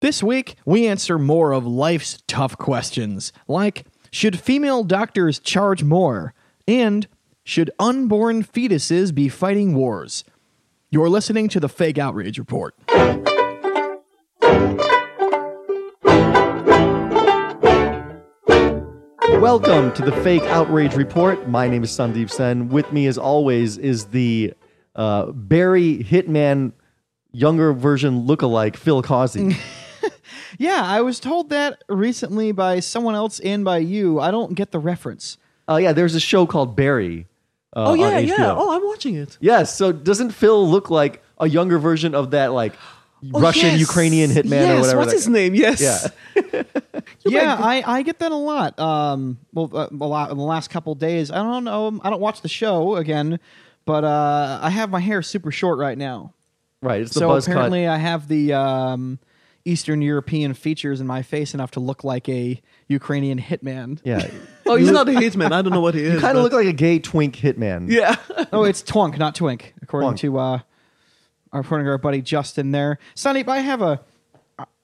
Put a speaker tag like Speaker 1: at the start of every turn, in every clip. Speaker 1: This week, we answer more of life's tough questions, like should female doctors charge more? And should unborn fetuses be fighting wars? You're listening to the Fake Outrage Report.
Speaker 2: Welcome to the Fake Outrage Report. My name is Sandeep Sen. With me, as always, is the uh, Barry Hitman younger version lookalike Phil Causey.
Speaker 1: Yeah, I was told that recently by someone else and by you. I don't get the reference.
Speaker 2: Oh yeah, there's a show called Barry. Uh,
Speaker 3: Oh,
Speaker 2: on HBO.
Speaker 1: I'm watching it.
Speaker 2: Yes. So doesn't Phil look like a younger version of that like Russian Ukrainian hitman or whatever?
Speaker 3: Oh, What's
Speaker 2: that-
Speaker 3: his name? Yes.
Speaker 2: Yeah.
Speaker 1: Yeah, I, I get that a lot. Um, well, uh, a lot in the last couple days. I don't know. um, I don't watch the show again, but uh, I have my hair super short right now.
Speaker 2: Right. It's the
Speaker 1: so
Speaker 2: buzz
Speaker 1: apparently,
Speaker 2: cut.
Speaker 1: I have the um, Eastern European features in my face enough to look like a Ukrainian hitman.
Speaker 2: Yeah.
Speaker 3: Oh, he's not a hitman. I don't know what he is.
Speaker 2: kind
Speaker 3: but-
Speaker 2: of look like a gay twink hitman.
Speaker 3: Yeah.
Speaker 1: oh, it's Twonk, not Twink, according
Speaker 2: Twonk.
Speaker 1: to uh, our according to our buddy Justin there. Sonny, I have a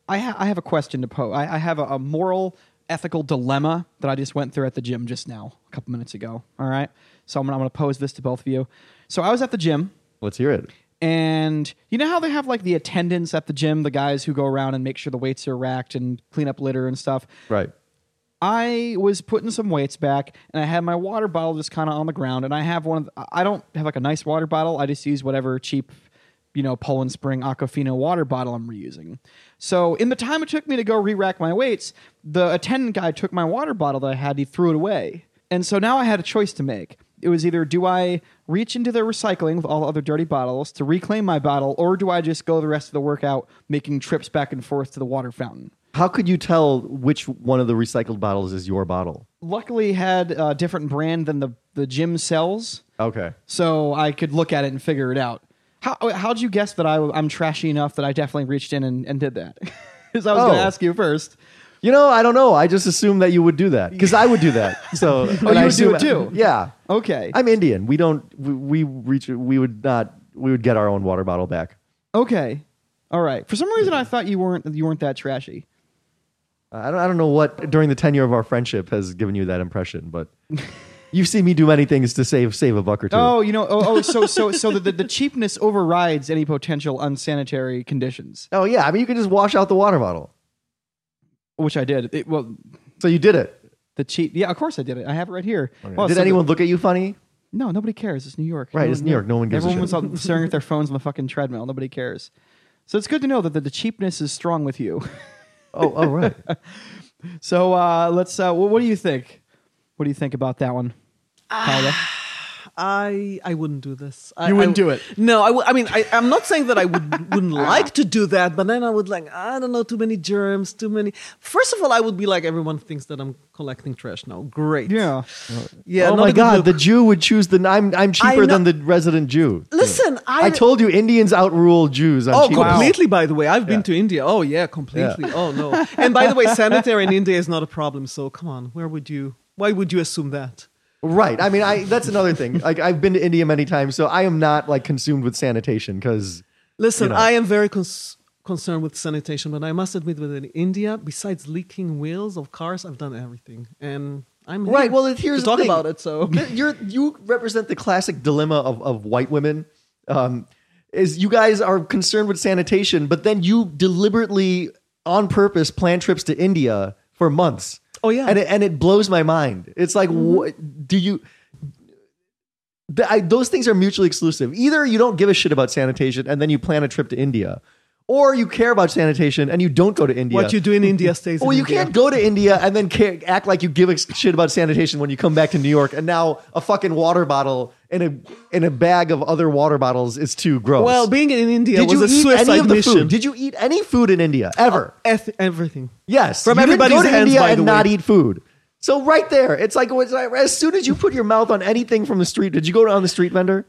Speaker 1: I, ha- I have a question to pose. I, I have a, a moral ethical dilemma that I just went through at the gym just now, a couple minutes ago. All right, so I'm gonna, I'm gonna pose this to both of you. So I was at the gym.
Speaker 2: Let's hear it.
Speaker 1: And you know how they have like the attendants at the gym, the guys who go around and make sure the weights are racked and clean up litter and stuff.
Speaker 2: Right.
Speaker 1: I was putting some weights back, and I had my water bottle just kind of on the ground. And I have one of the, I don't have like a nice water bottle. I just use whatever cheap, you know, Poland Spring Aquafina water bottle I'm reusing. So in the time it took me to go re-rack my weights, the attendant guy took my water bottle that I had. He threw it away, and so now I had a choice to make. It was either do I reach into the recycling with all the other dirty bottles to reclaim my bottle, or do I just go the rest of the workout making trips back and forth to the water fountain?
Speaker 2: How could you tell which one of the recycled bottles is your bottle?
Speaker 1: luckily had a different brand than the, the gym sells,
Speaker 2: Okay.
Speaker 1: so I could look at it and figure it out. How how'd you guess that I I'm trashy enough that I definitely reached in and, and did that? Because I was going
Speaker 2: Oh.
Speaker 1: to ask you first.
Speaker 2: You know, I don't know. I just assumed that you would do that because I would do that. So oh,
Speaker 1: you would do it too?
Speaker 2: Yeah,
Speaker 1: Okay.
Speaker 2: I'm Indian. We don't. We, we reach. We would not. We would get our own water bottle back.
Speaker 1: okay. All right. For some reason, I thought you weren't you weren't that trashy.
Speaker 2: I don't. I don't know what during the tenure of our friendship has given you that impression, but you've seen me do many things to save save a buck or two.
Speaker 1: Oh, you know. Oh, oh so so so the, the the cheapness overrides any potential unsanitary conditions,
Speaker 2: Oh, yeah. I mean, you could just wash out the water bottle.
Speaker 1: which I did. It, well,
Speaker 2: So you did it.
Speaker 1: the cheap. Yeah, of course I did it. I have it right here. Well, so
Speaker 2: did
Speaker 1: the-
Speaker 2: anyone look at you funny?
Speaker 1: No, nobody cares. It's New York.
Speaker 2: Right, it's New York. No one gives a
Speaker 1: Everyone
Speaker 2: shit.
Speaker 1: was out staring at their phones on the fucking treadmill. Nobody cares. So it's good to know that the, the cheapness is strong with you.
Speaker 2: Oh, oh, right.
Speaker 1: So uh, let's. Uh, wh- what do you think? What do you think about that one, Paula?
Speaker 3: I I wouldn't do this. I,
Speaker 1: You wouldn't
Speaker 3: I w-
Speaker 1: do
Speaker 3: No, I, w- I mean I, I'm not saying that I would wouldn't
Speaker 2: Ah.
Speaker 3: like to do that, but then I would like I don't know too many germs, too many. First of all, I would be like everyone thinks that I'm collecting trash now. Great.
Speaker 1: yeah.
Speaker 3: Yeah.
Speaker 2: oh
Speaker 3: not
Speaker 2: my
Speaker 3: a good
Speaker 2: God,
Speaker 3: look.
Speaker 2: the Jew would choose the. I'm I'm cheaper
Speaker 3: know-
Speaker 2: than the resident Jew.
Speaker 3: Listen, I-
Speaker 2: told you Indians outrule Jews. On
Speaker 3: Oh,
Speaker 2: cheaper-
Speaker 3: completely. By the way, I've been
Speaker 2: Yeah.
Speaker 3: to India. Oh yeah, completely. Oh no. And by the way, sanitary in India is not a problem. So come on, where would you? Why would you assume that?
Speaker 2: Right. I mean, I that's another thing. Like I've been to India many times, so I am not like consumed with sanitation because
Speaker 3: Listen,
Speaker 2: know.
Speaker 3: I am very cons- concerned with sanitation, but I must admit that in India, besides leaking wheels of cars, I've done everything, and I'm here
Speaker 2: right. Well, it- here's
Speaker 3: to
Speaker 2: the
Speaker 3: talk
Speaker 2: thing.
Speaker 3: about it. So
Speaker 2: you're you represent the classic dilemma of of white women. Um, is you guys are concerned with sanitation, but then you deliberately on purpose plan trips to India for months.
Speaker 3: Oh, yeah. Mm-hmm.
Speaker 2: and it, and it blows my mind. It's like what do you? th- I, those things are mutually exclusive. Either you don't give a shit about sanitation and then you plan a trip to India, or you care about sanitation and you don't go to India.
Speaker 3: what you do in India stays.
Speaker 2: Well,
Speaker 3: in
Speaker 2: you
Speaker 3: India.
Speaker 2: can't go to India and then ca- act like you give a shit about sanitation when you come back to New York, and now a fucking water bottle in a in a bag of other water bottles is too gross.
Speaker 3: Well, being in India
Speaker 2: did
Speaker 3: was
Speaker 2: you
Speaker 3: a
Speaker 2: eat
Speaker 3: suicide
Speaker 2: any of the
Speaker 3: mission.
Speaker 2: food? Did you eat any food in India ever?
Speaker 3: Eth- everything.
Speaker 2: yes,
Speaker 3: From
Speaker 2: you didn't
Speaker 3: everybody's
Speaker 2: go to
Speaker 3: hands,
Speaker 2: India
Speaker 3: by the
Speaker 2: and
Speaker 3: way.
Speaker 2: not eat food. So right there, it's like it's like, as soon as you put your mouth on anything from the street, did you go on the street vendor?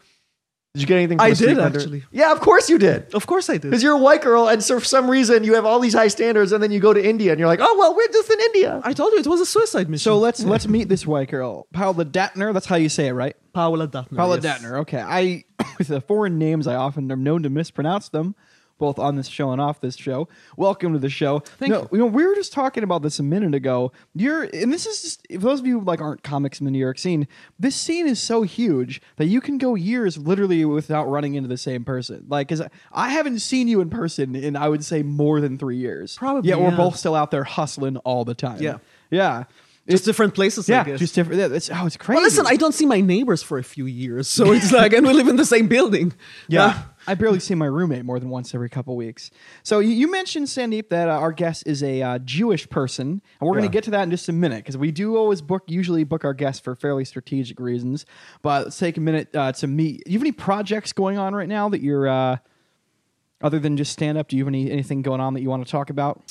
Speaker 2: Did you get anything? From
Speaker 3: I
Speaker 2: the street
Speaker 3: did,
Speaker 2: vendor?
Speaker 3: actually.
Speaker 2: Yeah, of course you did.
Speaker 3: Of course, I did.
Speaker 2: Because you're a white girl, and so for some reason you have all these high standards, and then you go to India, and you're like, "Oh well, we're just in India."
Speaker 3: I told you it was a suicide mission.
Speaker 1: So let's let's meet this white girl, Paula Datner. That's how you say it, right?
Speaker 3: Paola Datner.
Speaker 1: Paula
Speaker 3: yes.
Speaker 1: Datner. Okay. I with the foreign names, I often am known to mispronounce them, both on this show and off this show. Welcome to the show.
Speaker 3: Thank
Speaker 1: No, you. know, we were just talking about this a minute ago. You're, and this is just for those of you who, like aren't comics in the New York scene. This scene is so huge that you can go years literally without running into the same person. Like, because I haven't seen you in person in I would say more than three years.
Speaker 3: Probably,
Speaker 1: Yet we're
Speaker 3: yeah.
Speaker 1: both still out there hustling all the time.
Speaker 3: Yeah.
Speaker 1: yeah,
Speaker 3: Just different places, I
Speaker 1: yeah.
Speaker 3: guess.
Speaker 1: Just different. Yeah, it's, oh, it's crazy.
Speaker 3: well, listen, I don't see my neighbors for a few years, so it's like, and we live in the same building.
Speaker 1: Yeah.
Speaker 3: Uh,
Speaker 1: I barely see my roommate more than once every couple weeks. So you, you mentioned Sandeep that uh, our guest is a uh, Jewish person, and we're going
Speaker 2: Yeah.
Speaker 1: to get to that in just a minute because we do always book usually book our guests for fairly strategic reasons. But let's take a minute uh, to meet. You have any projects going on right now that you're uh, other than just stand up? Do you have any anything going on that you want to talk about?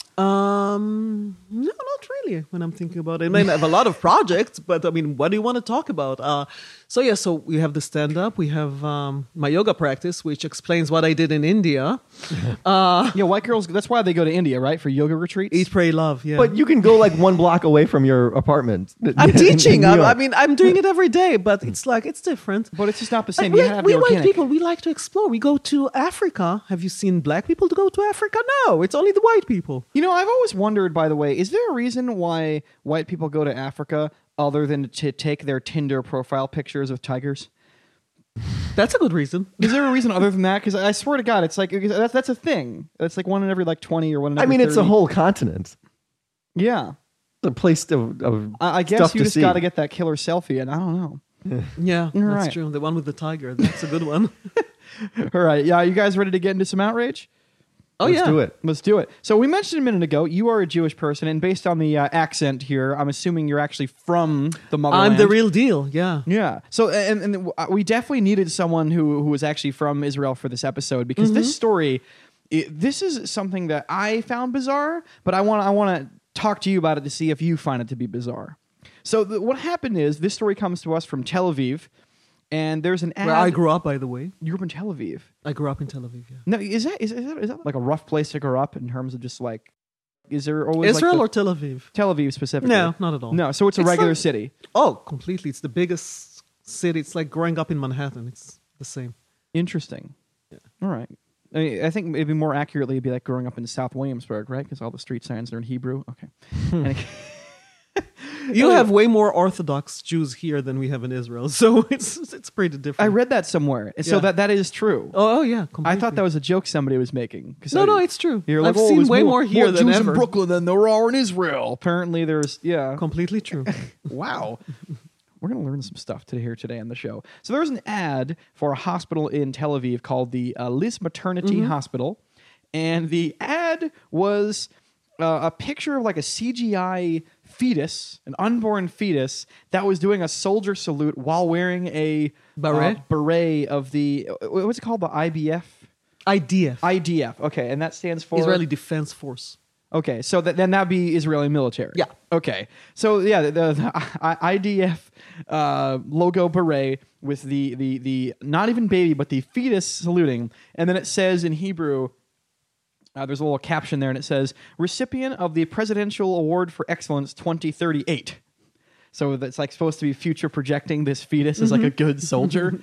Speaker 3: Um, no, not really. When I'm thinking about it, I mean, I have a lot of projects, but I mean, what do you want to talk about? Uh, so yeah, so we have the stand up, we have um, my yoga practice, which explains what I did in India.
Speaker 1: yeah, white girls. That's why they go to India, right, for yoga retreats.
Speaker 3: Eat, pray, love. Yeah,
Speaker 2: But you can go like one block away from your apartment. In-
Speaker 3: I'm
Speaker 2: in
Speaker 3: teaching.
Speaker 2: New
Speaker 3: I'm, I
Speaker 2: York.
Speaker 3: mean, I'm doing it every day, but it's like it's different.
Speaker 1: but it's just not the
Speaker 3: Like,
Speaker 1: same.
Speaker 3: we
Speaker 1: you have
Speaker 3: we
Speaker 1: the
Speaker 3: white
Speaker 1: organic.
Speaker 3: people, we like to explore. We go to Africa. Have you seen black people to go to Africa? No, it's only the white people.
Speaker 1: You know, I've always wondered, by the way, is there a reason why white people go to Africa other than to take their Tinder profile pictures of tigers?
Speaker 3: That's a good reason.
Speaker 1: Is there a reason other than that? Because I swear to God, it's like that's, that's a thing. It's like one in every like twenty or one. In
Speaker 2: I
Speaker 1: every
Speaker 2: mean, it's a
Speaker 1: 30.
Speaker 2: whole continent.
Speaker 1: yeah.
Speaker 2: It's a place to, of
Speaker 1: I, I guess
Speaker 2: stuff
Speaker 1: you
Speaker 2: to
Speaker 1: just
Speaker 2: see.
Speaker 1: got to get that killer selfie, and I don't know.
Speaker 3: Yeah,
Speaker 1: You're
Speaker 3: that's
Speaker 1: right.
Speaker 3: true. The one with the tiger. That's a good one.
Speaker 1: All right, yeah, you guys ready to get into some outrage?
Speaker 3: Oh
Speaker 2: Let's
Speaker 3: yeah.
Speaker 2: do it.
Speaker 1: Let's do it. So we mentioned a minute ago you are a Jewish person, and based on the uh, accent here, I'm assuming you're actually from the motherland.
Speaker 3: I'm the real deal. Yeah.
Speaker 1: Yeah. So and and w- uh, we definitely needed someone who who was actually from Israel for this episode because
Speaker 3: Mm-hmm.
Speaker 1: this story, it, this is something that I found bizarre, but I want I want to talk to you about it to see if you find it to be bizarre. So th- what happened is this story comes to us from Tel Aviv, and there's an ad.
Speaker 3: Where I grew up, by the way.
Speaker 1: you grew up in Tel Aviv.
Speaker 3: I grew up in Tel Aviv. Yeah.
Speaker 1: No, is that is, is that is that like a rough place to grow up in terms of just like, is there always
Speaker 3: Israel or
Speaker 1: like
Speaker 3: Tel Aviv?
Speaker 1: the- Tel Aviv specifically?
Speaker 3: No, not at all.
Speaker 1: No, so it's a
Speaker 3: It's
Speaker 1: regular
Speaker 3: like-
Speaker 1: city.
Speaker 3: Oh, completely. It's the biggest city. It's like growing up in Manhattan. It's the same.
Speaker 1: Interesting. All right. I, mean, I think maybe more accurately it'd be like growing up in South Williamsburg, right? Because all the street signs are in Hebrew. Okay.
Speaker 3: Hmm.
Speaker 1: And-
Speaker 3: You have way more Orthodox Jews here than we have in Israel, so it's it's pretty
Speaker 1: I
Speaker 3: different.
Speaker 1: read that somewhere, and so
Speaker 3: Yeah.
Speaker 1: that that is true.
Speaker 3: oh, oh, yeah,
Speaker 1: I
Speaker 3: completely.
Speaker 1: thought that was a joke somebody was making. 'cause
Speaker 3: No,
Speaker 1: I-
Speaker 3: no, it's true.
Speaker 1: you're
Speaker 3: I've
Speaker 1: like, "Oh,
Speaker 3: seen
Speaker 1: there's
Speaker 3: way
Speaker 1: more,
Speaker 3: more here than
Speaker 1: Jews
Speaker 3: ever."
Speaker 1: in Brooklyn than there are in Israel. Apparently, there's yeah.
Speaker 3: completely true.
Speaker 1: Wow. We're going to learn some stuff today here today on the show. So there was an ad for a hospital in Tel Aviv called the uh, Liz Maternity
Speaker 3: Mm-hmm.
Speaker 1: Hospital, and the ad was uh, a picture of like a CGI fetus, an unborn fetus that was doing a soldier salute while wearing a
Speaker 3: Beret?
Speaker 1: uh, beret of the uh, what's it called the IBF
Speaker 3: IDF,
Speaker 1: IDF. Okay, and that stands for
Speaker 3: Israeli Defense Force.
Speaker 1: Okay, so that then that'd be Israeli military.
Speaker 3: Yeah.
Speaker 1: Okay, so yeah, the, the, the I- IDF uh, logo beret with the the the not even baby but the fetus saluting, and then it says in Hebrew. Uh, there's a little caption there, and it says recipient of the Presidential Award for Excellence 2038. So that's like supposed to be future projecting this fetus as like a good soldier.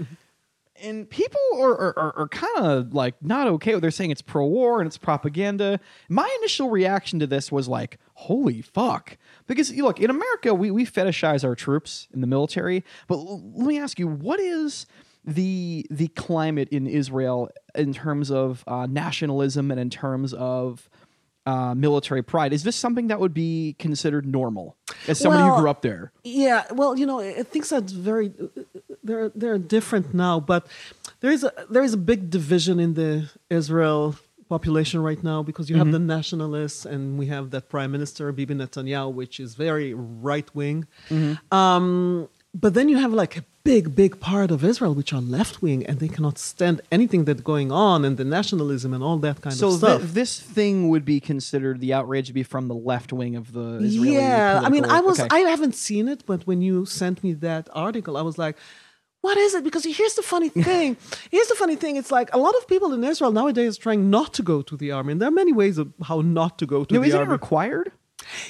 Speaker 1: and people are, are, are, are kind of like not okay with they're saying it's pro-war and it's propaganda my initial reaction to this was like holy fuck because you look in america we, we fetishize our troops in the military but l- let me ask you what is the the climate in israel in terms of uh, nationalism and in terms of uh, military pride is this something that would be considered normal as somebody who
Speaker 3: Well,
Speaker 1: grew up there
Speaker 3: Yeah, well, you know, I- I things are very uh, they're they're different now, but there is a there is a big division in the Israel population right now because you have the nationalists and we have that prime minister Bibi Netanyahu, which is very right wing. Um, but then you have like a big, big part of Israel which are left wing and they cannot stand anything that's going on and the nationalism and all that kind
Speaker 1: so
Speaker 3: of
Speaker 1: thi-
Speaker 3: stuff.
Speaker 1: this thing would be considered the outrage to be from the left wing of the Israeli.
Speaker 3: yeah i mean i
Speaker 1: political-
Speaker 3: was
Speaker 1: okay.
Speaker 3: i haven't seen it but when you sent me that article i was like what is it because here's the funny thing here's the funny thing it's like a lot of people in israel nowadays are trying not to go to the army and there are many ways of how not to go to
Speaker 1: No,
Speaker 3: the
Speaker 1: isn't it
Speaker 3: army
Speaker 1: required?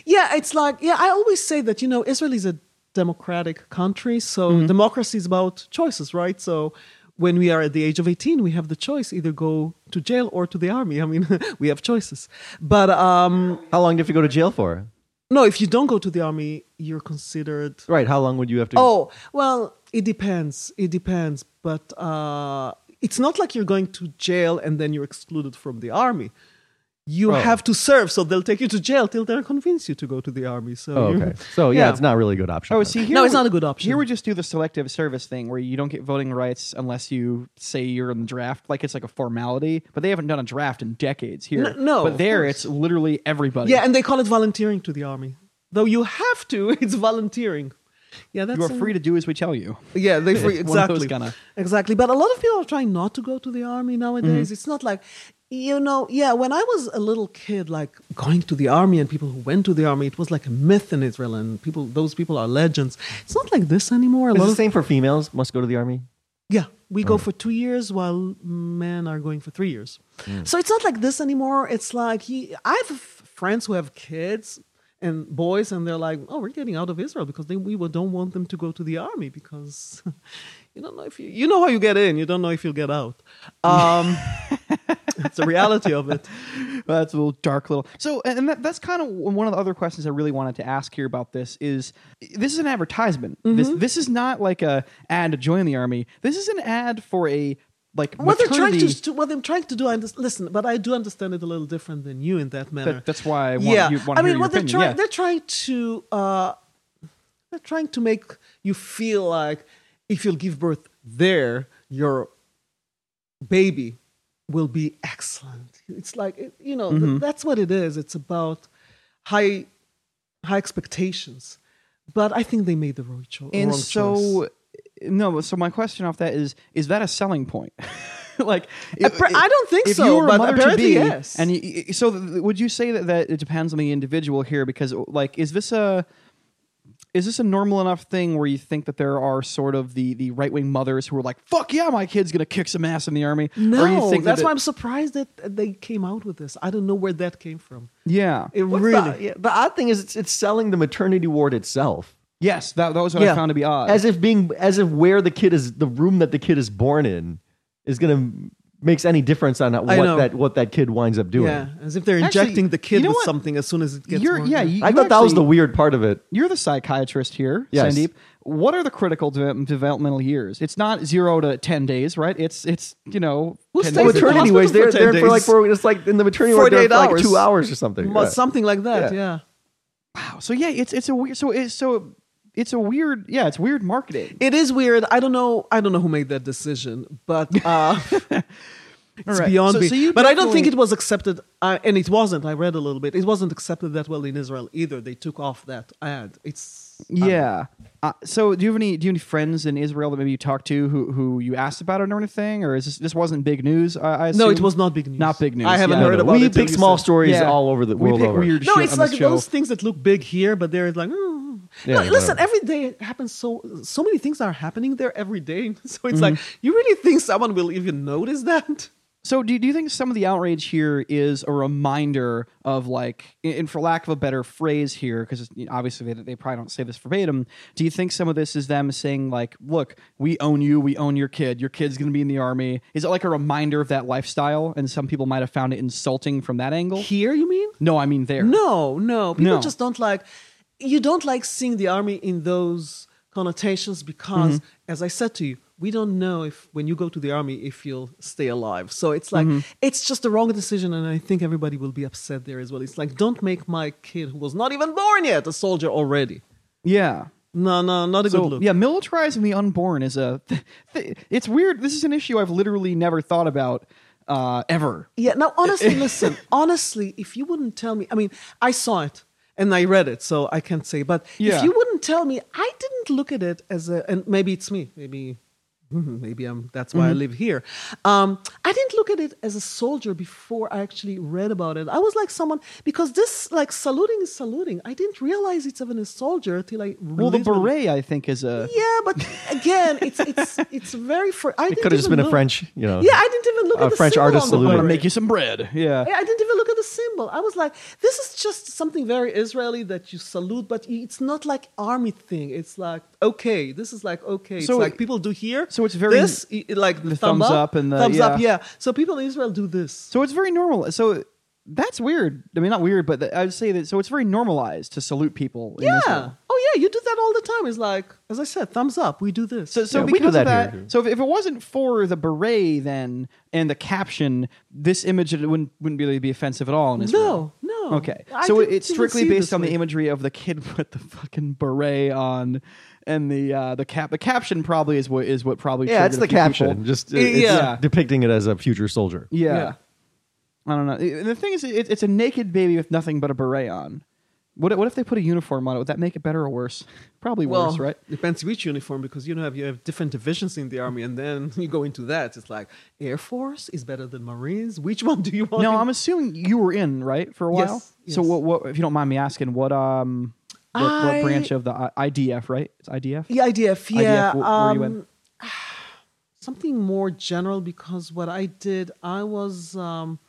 Speaker 3: yeah it's like yeah i always say that you know
Speaker 1: Mm-hmm.
Speaker 3: israel is a democratic country so democracy is about choices right so when we are at the age of 18, we have the choice either go to jail or to the army. I mean, we have choices. But um,
Speaker 2: How long do you have to go to jail for?
Speaker 3: no, if you don't go to the army, you're considered
Speaker 2: Right. How long would you have to?
Speaker 3: Oh, well, it depends. It depends. But uh, it's not like you're going to jail and then you're excluded from the army. You
Speaker 2: Oh.
Speaker 3: have to serve, so they'll take you to jail till they're convinced you to go to the army. So,
Speaker 2: Oh,
Speaker 3: you-
Speaker 2: okay. So yeah, it's not really a good option.
Speaker 1: Oh, see, here
Speaker 3: No, it's
Speaker 1: we-
Speaker 3: not a good option.
Speaker 1: Here we just do the selective service thing where you don't get voting rights unless you say you're in the draft. Like it's like a formality, but they haven't done a draft in decades here.
Speaker 3: N- no,
Speaker 1: but
Speaker 3: of
Speaker 1: there it's
Speaker 3: course.
Speaker 1: literally everybody.
Speaker 3: yeah, and they call it volunteering to the army. Though you have to, it's volunteering. Yeah, that's
Speaker 1: you are
Speaker 3: a-
Speaker 1: free to do as we tell you.
Speaker 3: Yeah, they free
Speaker 1: One of those
Speaker 3: exactly.
Speaker 1: kinda-
Speaker 3: Exactly. But a lot of people are trying not to go to the army nowadays.
Speaker 1: Mm-hmm.
Speaker 3: It's not like you know, yeah, when I was a little kid, like going to the army and people who went to the army, it was like a myth in Israel and people those people are legends. It's not like this anymore. A
Speaker 2: Is
Speaker 3: lot
Speaker 2: the
Speaker 3: of,
Speaker 2: same for females? Must go to the army.
Speaker 3: yeah. We go for two years while men are going for three years. So it's not like this anymore. It's like he, I have f- friends who have kids and boys, and they're like, oh, we're getting out of Israel because they, we would- don't want them to go to the army because you don't know if you, you know how you get in, you don't know if you'll get out. Um, it's the reality of it.
Speaker 1: Well, that's a little dark little so and that, that's kind of one of the other questions i really wanted to ask here about this is this is an advertisement this
Speaker 3: Mm-hmm.
Speaker 1: this is not like a ad to join the army this is an ad for a like
Speaker 3: What they're trying
Speaker 1: maternity-
Speaker 3: to, to- what they're trying to do, I under, listen, but I do understand it a little different than you in that manner.
Speaker 1: that, that's why i want, you want to
Speaker 3: I mean,
Speaker 1: hear
Speaker 3: what
Speaker 1: your
Speaker 3: they're
Speaker 1: opinion.
Speaker 3: trying
Speaker 1: yeah.
Speaker 3: they're trying to uh, they're trying to make you feel like if you'll give birth there, your baby will be excellent. It's like it- you know, th-
Speaker 1: Mm-hmm.
Speaker 3: that's what it is. It's about high high expectations. But I think they made the right cho-
Speaker 1: and
Speaker 3: wrong choice.
Speaker 1: so no so my question off that is is that a selling point like if-
Speaker 3: Appar- Uh, I don't think
Speaker 1: if
Speaker 3: so,
Speaker 1: you were a
Speaker 3: but
Speaker 1: mother to
Speaker 3: apparently
Speaker 1: be
Speaker 3: yes.
Speaker 1: and you- you, so th- would you say that, that it depends on the individual here because like is this a is this a normal enough thing where you think that there are sort of the, the right wing mothers who are like, "Fuck yeah, my kid's gonna kick some ass in the army"?
Speaker 3: No,
Speaker 1: or you think
Speaker 3: that's
Speaker 1: that
Speaker 3: why
Speaker 1: it-
Speaker 3: I'm surprised that they came out with this. I don't know where that came from.
Speaker 1: yeah.
Speaker 3: It
Speaker 2: What's
Speaker 3: really.
Speaker 2: The, yeah, the odd thing is it's, it's selling the maternity ward itself.
Speaker 1: yes, that, that was what I
Speaker 3: Yeah.
Speaker 1: found to be odd.
Speaker 2: as if being as if where the kid is the room that the kid is born in is going to makes any difference on what
Speaker 3: know.
Speaker 2: that what that kid winds up doing.
Speaker 3: Yeah, as if they're
Speaker 1: Actually,
Speaker 3: injecting the kid
Speaker 1: you know
Speaker 3: with
Speaker 1: what?
Speaker 3: something as soon as it gets.
Speaker 1: you're,
Speaker 3: warm.
Speaker 1: yeah, you,
Speaker 2: I
Speaker 1: you
Speaker 2: thought that was the
Speaker 1: actually-
Speaker 2: weird part of it.
Speaker 1: you're the psychiatrist here,
Speaker 2: Yes.
Speaker 1: Sandeep. What are the critical de- developmental years? It's not zero to ten days, right? It's it's you know
Speaker 3: Who
Speaker 1: 10 days
Speaker 3: stays at the
Speaker 2: maternity
Speaker 3: hospital
Speaker 2: ways they're
Speaker 3: for 10
Speaker 2: they're for like
Speaker 3: days.
Speaker 2: four, it's like in the maternity ward they're
Speaker 3: 48
Speaker 2: for like
Speaker 3: hours.
Speaker 2: two hours or something.
Speaker 3: Well,
Speaker 2: Yeah.
Speaker 3: something like that.
Speaker 2: Yeah.
Speaker 3: Yeah.
Speaker 1: Wow. So yeah, it's it's a weird. So it's so it's a weird. Yeah, it's weird marketing.
Speaker 3: it is weird. I don't know. I don't know who made that decision, but uh, it's
Speaker 1: Alright.
Speaker 3: beyond
Speaker 1: So-
Speaker 3: me.
Speaker 1: so you
Speaker 3: but I don't think
Speaker 1: definitely-
Speaker 3: it was accepted, uh, and it wasn't. I read a little bit. It wasn't accepted that well in Israel either. They took off that ad. It's
Speaker 1: Yeah. Uh, so do you have any do you have any friends in Israel that maybe you talked to who who you asked about it or anything, or is this this wasn't big news? I, I
Speaker 3: no,
Speaker 1: assume?
Speaker 3: it was not big news.
Speaker 1: Not big news.
Speaker 3: I haven't
Speaker 1: Yeah,
Speaker 3: heard
Speaker 1: no,
Speaker 3: about it.
Speaker 2: we
Speaker 3: till
Speaker 2: pick
Speaker 3: you
Speaker 2: small
Speaker 3: said-
Speaker 2: stories
Speaker 1: Yeah.
Speaker 2: all over the
Speaker 1: we
Speaker 2: world
Speaker 1: pick
Speaker 2: over.
Speaker 1: Weird
Speaker 3: No,
Speaker 1: shit
Speaker 3: it's
Speaker 1: on
Speaker 3: like
Speaker 1: this show.
Speaker 3: those things that look big here, but they're like, "Mm."
Speaker 2: Yeah,
Speaker 3: no, listen,
Speaker 2: whatever.
Speaker 3: every day it happens so so many things are happening there every day. So
Speaker 1: Mm-hmm.
Speaker 3: it's like, you really think someone will even notice that?
Speaker 1: So do, do you think some of the outrage here is a reminder of like, and for lack of a better phrase here, because obviously they, they probably don't say this verbatim. Do you think some of this is them saying like, look, we own you, we own your kid, your kid's going to be in the army. Is it like a reminder of that lifestyle? And some people might have found it insulting from that angle.
Speaker 3: Here, you mean?
Speaker 1: No, I mean there.
Speaker 3: No, no. People
Speaker 1: No.
Speaker 3: just don't like you don't like seeing the army in those connotations because
Speaker 1: Mm-hmm.
Speaker 3: as I said to you, we don't know if when you go to the army if you'll stay alive. So it's like
Speaker 1: Mm-hmm.
Speaker 3: it's just the wrong decision and I think everybody will be upset there as well. It's like don't make my kid who was not even born yet a soldier already.
Speaker 1: Yeah.
Speaker 3: No, no, not a
Speaker 1: So,
Speaker 3: good look.
Speaker 1: yeah, militarizing the unborn is a. it's weird. This is an issue I've literally never thought about uh, ever.
Speaker 3: Yeah. Now, honestly, listen. Honestly, if you wouldn't tell me, I mean, I saw it and I read it, so I can't say. But
Speaker 1: Yeah.
Speaker 3: if you wouldn't tell me, I didn't look at it as a. And maybe it's me. Maybe, maybe I'm. That's why I
Speaker 2: Mm-hmm.
Speaker 3: live here. Um, I didn't look at it as a soldier before I actually read about it. I was like someone because this, like, saluting is saluting. I didn't realize it's even a soldier till I.
Speaker 1: Well, the
Speaker 3: literally-
Speaker 1: beret, I think, is a.
Speaker 3: Yeah, but again, it's it's it's very. Fr- I
Speaker 2: It could have just been a French, you know.
Speaker 3: Yeah, I didn't even look
Speaker 2: a
Speaker 3: at the
Speaker 2: French
Speaker 3: symbol
Speaker 2: artist
Speaker 3: on the
Speaker 2: saluting.
Speaker 1: I'm
Speaker 2: Wanna
Speaker 1: gonna
Speaker 3: beret.
Speaker 1: make you some bread. Yeah.
Speaker 3: I I didn't even look at the symbol. I was like, this is just something very Israeli that you salute, but it's not like army thing. It's like okay, this is like okay.
Speaker 1: So-
Speaker 3: it's like people do here.
Speaker 1: So it's very-
Speaker 3: this, y- like
Speaker 1: the
Speaker 3: thumb
Speaker 1: thumbs
Speaker 3: up
Speaker 1: up and the-
Speaker 3: thumbs up.
Speaker 1: yeah.
Speaker 3: Yeah. So people in Israel do this.
Speaker 1: So it's very normal. So that's weird. I mean, not weird, but th- I would say that. So it's very normalized to salute people. in
Speaker 3: Yeah.
Speaker 1: Israel.
Speaker 3: Oh yeah, you do that all the time. It's like, as I said, thumbs up. We do this.
Speaker 1: So, so
Speaker 2: Yeah, we
Speaker 1: because
Speaker 2: do
Speaker 1: of
Speaker 2: that
Speaker 1: that,
Speaker 2: here, too.
Speaker 1: so if, if it wasn't for the beret then and the caption, this image it wouldn't wouldn't really be offensive at all in Israel.
Speaker 3: no, no.
Speaker 1: Okay.
Speaker 3: I
Speaker 1: so it-
Speaker 3: didn't
Speaker 1: it's
Speaker 3: even
Speaker 1: strictly
Speaker 3: see
Speaker 1: based
Speaker 3: this
Speaker 1: on the
Speaker 3: way.
Speaker 1: imagery of the kid with the fucking beret on, and the uh, the cap the caption probably is what is what probably
Speaker 2: Yeah,
Speaker 1: triggered
Speaker 2: it's
Speaker 1: a
Speaker 2: the
Speaker 1: few
Speaker 2: caption.
Speaker 1: people.
Speaker 2: Just uh,
Speaker 3: Yeah.
Speaker 2: it's
Speaker 3: Yeah.
Speaker 2: depicting it as a future soldier.
Speaker 1: Yeah.
Speaker 3: Yeah.
Speaker 1: I don't know. And the thing is, it, it's a naked baby with nothing but a beret on. What, if- what if they put a uniform on it? Would that make it better or worse? Probably
Speaker 3: Well,
Speaker 1: worse, right?
Speaker 3: depends which uniform because you know you have different divisions in the army, and then you go into that. It's like Air Force is better than Marines. Which one do you want?
Speaker 1: No,
Speaker 3: in-
Speaker 1: I'm assuming you were in right for a while.
Speaker 3: Yes,
Speaker 1: So
Speaker 3: yes.
Speaker 1: what, what? If you don't mind me asking, what um, what, what
Speaker 3: I-
Speaker 1: branch of the I- IDF? Right? It's IDF.
Speaker 3: the IDF.
Speaker 1: IDF,
Speaker 3: Yeah,
Speaker 1: wh- were you
Speaker 3: um,
Speaker 1: in?
Speaker 3: something more general because what I did, I was um,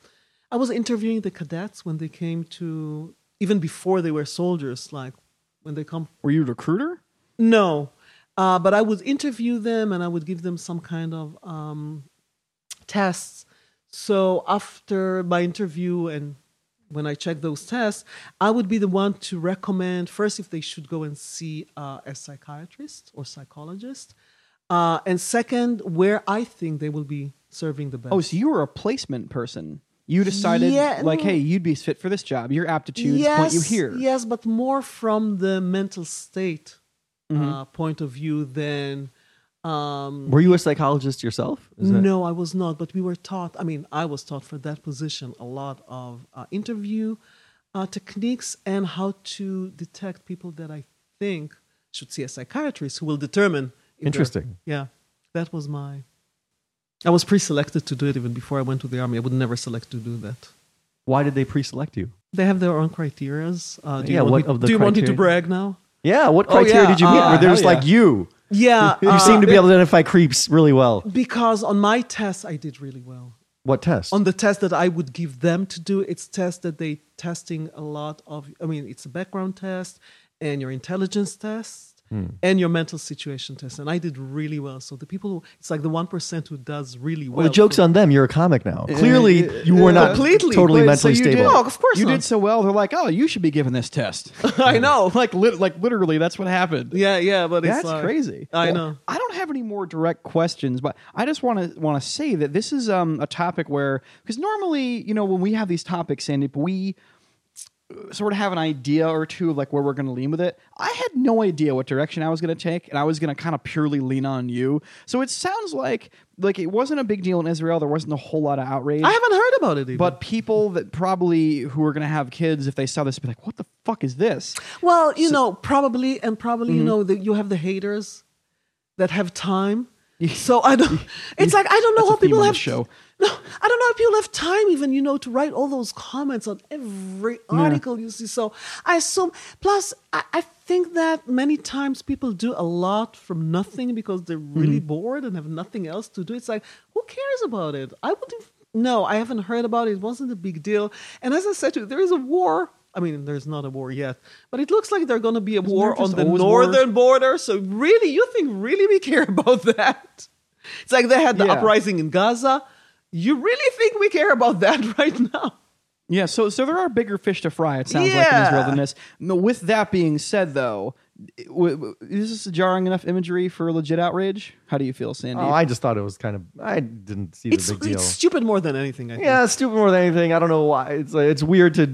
Speaker 3: I was interviewing the cadets when they came to even before they were soldiers, like when they come
Speaker 1: Were you a recruiter?
Speaker 3: No, uh, but I would interview them and I would give them some kind of um, tests. So after my interview and when I check those tests, I would be the one to recommend first if they should go and see uh, a psychiatrist or psychologist, uh, and second where I think they will be serving the best.
Speaker 1: Oh, so you were a placement person. You decided,
Speaker 3: Yeah,
Speaker 1: like,
Speaker 3: no.
Speaker 1: hey, you'd be fit for this job. Your aptitudes point you here.
Speaker 3: Yes, but more from the mental state uh,
Speaker 1: Mm-hmm.
Speaker 3: point of view than. Um,
Speaker 2: Were you a psychologist yourself? Is that-
Speaker 3: no, I was not. But we were taught. I mean, I was taught for that position a lot of uh, interview uh, techniques and how to detect people that I think should see a psychiatrist who will determine.
Speaker 2: Mm.
Speaker 3: if they're-
Speaker 2: Interesting.
Speaker 3: Yeah, that was my. I was pre-selected to do it even before I went to the army. I would never select to do that.
Speaker 2: Why did they pre-select you?
Speaker 3: They have their own criterias. Uh, do
Speaker 2: Yeah,
Speaker 3: you want
Speaker 2: what
Speaker 3: me,
Speaker 2: of the
Speaker 3: do you want me to
Speaker 2: criteria?
Speaker 3: brag now?
Speaker 2: Yeah, Ah, what
Speaker 3: Oh,
Speaker 2: criteria
Speaker 3: yeah,
Speaker 2: did you meet?
Speaker 3: uh,
Speaker 2: Where they're just
Speaker 1: hell yeah.
Speaker 2: like you.
Speaker 3: Yeah,
Speaker 2: You
Speaker 3: uh,
Speaker 2: seem to be able to identify creeps really well.
Speaker 3: because on my test I did really well.
Speaker 2: What test?
Speaker 3: on the test that I would give them to do. It's test that they testing a lot of. I mean, it's a background test and your intelligence test
Speaker 1: Hmm.
Speaker 3: and your mental situation test. And I did really well. So the people, who, it's like the one percent who does really
Speaker 1: Oh,
Speaker 3: well.
Speaker 2: well, the joke's on them. You're a comic now. Clearly, you were not
Speaker 3: Completely.
Speaker 2: totally
Speaker 1: But-
Speaker 2: mentally
Speaker 1: so you
Speaker 2: stable.
Speaker 1: Did,
Speaker 3: No, Oh, of course
Speaker 1: you
Speaker 3: not.
Speaker 1: did so well. They're like, oh, you should be given this test.
Speaker 3: I know.
Speaker 1: like, lit like literally, that's what happened.
Speaker 3: Yeah, yeah, but it's
Speaker 1: That's
Speaker 3: like-
Speaker 1: crazy.
Speaker 3: I
Speaker 1: Well,
Speaker 3: know.
Speaker 1: I don't have any more direct questions, but I just want to want to say that this is um, a topic where because normally, you know, when we have these topics, Sandeep, we sort of have an idea or two of like where we're going to lean with it. I had no idea what direction I was going to take, and I was going to kind of purely lean on you. So it sounds like like it wasn't a big deal in Israel. There wasn't a whole lot of outrage.
Speaker 3: I haven't heard about it. Even.
Speaker 1: but people that probably who are going to have kids, if they saw this, would be like, "What the fuck is this?"
Speaker 3: Well, you know, probably and probably
Speaker 1: Mm-hmm.
Speaker 3: you know that you have the haters that have time. So I don't. It's like I don't know
Speaker 1: That's a
Speaker 3: how
Speaker 1: theme
Speaker 3: people
Speaker 1: on the
Speaker 3: have.
Speaker 1: show.
Speaker 3: No, I don't know if people have time even you know to write all those comments on every article you see. So I assume. Plus, I, I think that many times people do a lot from nothing because they're
Speaker 1: Mm-hmm.
Speaker 3: really bored and have nothing else to do. It's like who cares about it? I wouldn't. No, I haven't heard about it. It wasn't a big deal. And as I said to you, there is a war. I mean, there's not a war yet, but it looks like there's going to be a war
Speaker 1: there
Speaker 3: on
Speaker 1: just
Speaker 3: the
Speaker 1: always war?
Speaker 3: northern border. So really, you think really we care about that? It's like they had the
Speaker 1: Yeah.
Speaker 3: uprising in Gaza. You really think we care about that right now?
Speaker 1: Yeah, so so there are bigger fish to fry. It sounds like in
Speaker 3: Yeah.
Speaker 1: Israel than this. No, with that being said, though, w- w- is this jarring enough imagery for legit outrage? How do you feel, Sandy?
Speaker 2: Oh, I just thought it was kind of. I didn't see the
Speaker 3: It's,
Speaker 2: big deal.
Speaker 3: it's stupid more than anything. I think.
Speaker 2: yeah, it's stupid more than anything. I don't know why. It's like, it's weird to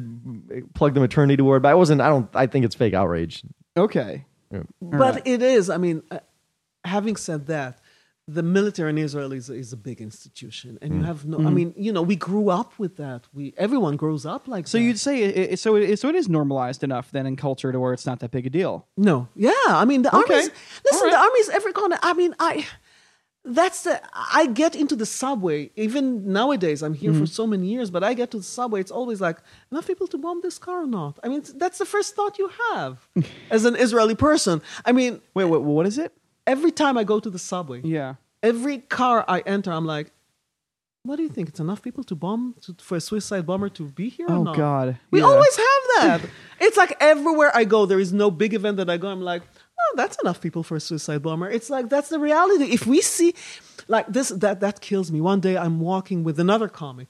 Speaker 2: plug the maternity ward, but I wasn't. I don't. I think it's fake outrage.
Speaker 1: okay,
Speaker 3: but it is. I mean, uh, having said that, the military in Israel is, is a big institution, and you
Speaker 2: Mm.
Speaker 3: have no. I mean, you know, we grew up with that. We everyone grows up like
Speaker 1: so
Speaker 3: that.
Speaker 1: you'd say it, it, so. It, so it is normalized enough then in culture to where it's not that big a deal.
Speaker 3: No. Yeah. I mean, the
Speaker 1: Okay.
Speaker 3: army's. Listen,
Speaker 1: All right.
Speaker 3: the army's every corner. I mean, I. That's the. I get into the subway. Even nowadays, I'm here
Speaker 1: Mm-hmm.
Speaker 3: for so many years, but I get to the subway. It's always like, enough people to bomb this car or not? I mean, it's- that's the first thought you have as an Israeli person. I mean,
Speaker 1: Wait, what, what is it?
Speaker 3: every time I go to the subway,
Speaker 1: Yeah.
Speaker 3: every car I enter, I'm like, what do you think? It's enough people to bomb to, for a suicide bomber to be here?
Speaker 1: Oh,
Speaker 3: or not?
Speaker 1: God.
Speaker 3: we
Speaker 1: Yeah.
Speaker 3: always have that. it's like everywhere I go, there is no big event that I go. I'm like, oh, that's enough people for a suicide bomber. It's like that's the reality. If we see, like this, that that kills me. One day I'm walking with another comic.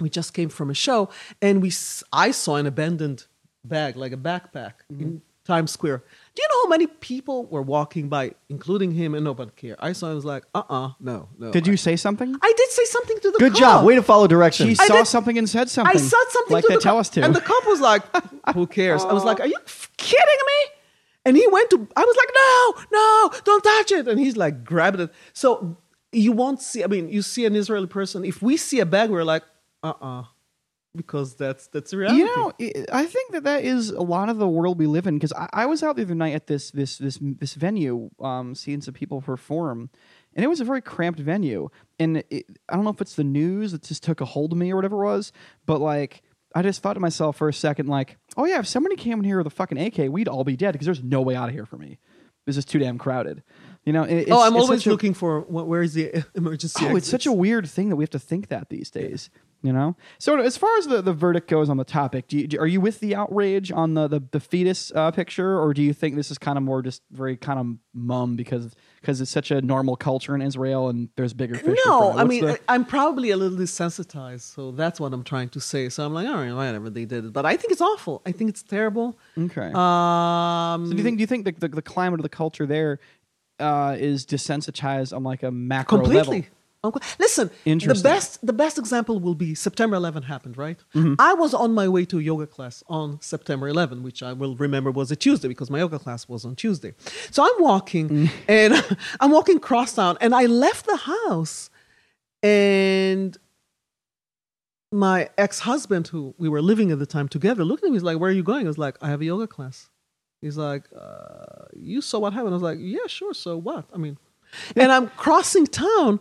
Speaker 3: We just came from a show, and we s- I saw an abandoned bag, like a backpack,
Speaker 1: Mm-hmm.
Speaker 3: in Times Square. Do you know how many people were walking by, including him, and nobody cared? I saw. him, I was like, uh, uh no, no.
Speaker 1: Did
Speaker 3: I-
Speaker 1: you say something?
Speaker 3: I did say something to the
Speaker 2: Good
Speaker 3: cop.
Speaker 2: job. Way to follow directions.
Speaker 1: She
Speaker 3: I
Speaker 1: saw
Speaker 3: did-
Speaker 1: something and said something.
Speaker 3: I said something
Speaker 1: like
Speaker 3: to
Speaker 1: they
Speaker 3: the
Speaker 1: tell
Speaker 3: cop,
Speaker 1: us to.
Speaker 3: and the cop was like, "Who cares?" I was like, "Are you f- kidding me?" And he went to. I was like, "No, no, don't touch it!" And he's like, grabbed it. So you won't see. I mean, you see an Israeli person. If we see a bag, we're like, "Uh, uh because that's that's the reality. Oh,
Speaker 1: you know, i- I think that that is a lot of the world we live in. Because I, I was out the other night at this this this this venue, um, seeing some people perform, and it was a very cramped venue. And it, I don't know if it's the news that just took a hold of me or whatever it was, but like I just thought to myself for a second, like, oh yeah, if somebody came in here with a fucking AK, we'd all be dead because there's no way out of here for me. It's just too damn crowded. You know, it- it's,
Speaker 3: oh, I'm
Speaker 1: it's
Speaker 3: always
Speaker 1: such a-
Speaker 3: looking for what, where is the emergency?
Speaker 1: Oh, it's such a weird thing that we have to think that these days. You know. So as far as the, the verdict goes on the topic, do you, do- are you with the outrage on the the, the fetus uh, picture, or do you think this is kind of more just very kind of mum because because it's such a normal culture in Israel and there's bigger fish? to fry?
Speaker 3: No, I
Speaker 1: What's
Speaker 3: mean, uh,
Speaker 1: the-
Speaker 3: I I'm probably a little desensitized, so that's what I'm trying to say. So I'm like, all right, whatever they did it, but I think it's awful. I think it's terrible.
Speaker 1: Okay.
Speaker 3: Um,
Speaker 1: so do you think do you think the, the, the climate of the culture there uh, is desensitized on like a macro level?
Speaker 3: completely? Uncle- Listen, the
Speaker 1: Interesting.
Speaker 3: best the best example will be September 11 happened, right?
Speaker 1: Mm-hmm.
Speaker 3: I was on my way to a yoga class on September 11, which I will remember was a Tuesday because my yoga class was on Tuesday. So I'm
Speaker 1: Mm.
Speaker 3: walking and I'm walking cross town and I left the house and my ex-husband who we were living at the time together looked at me he's like where are you going i was like i have a yoga class he's like uh, you saw what happened i was like yeah sure so what i mean and i'm crossing town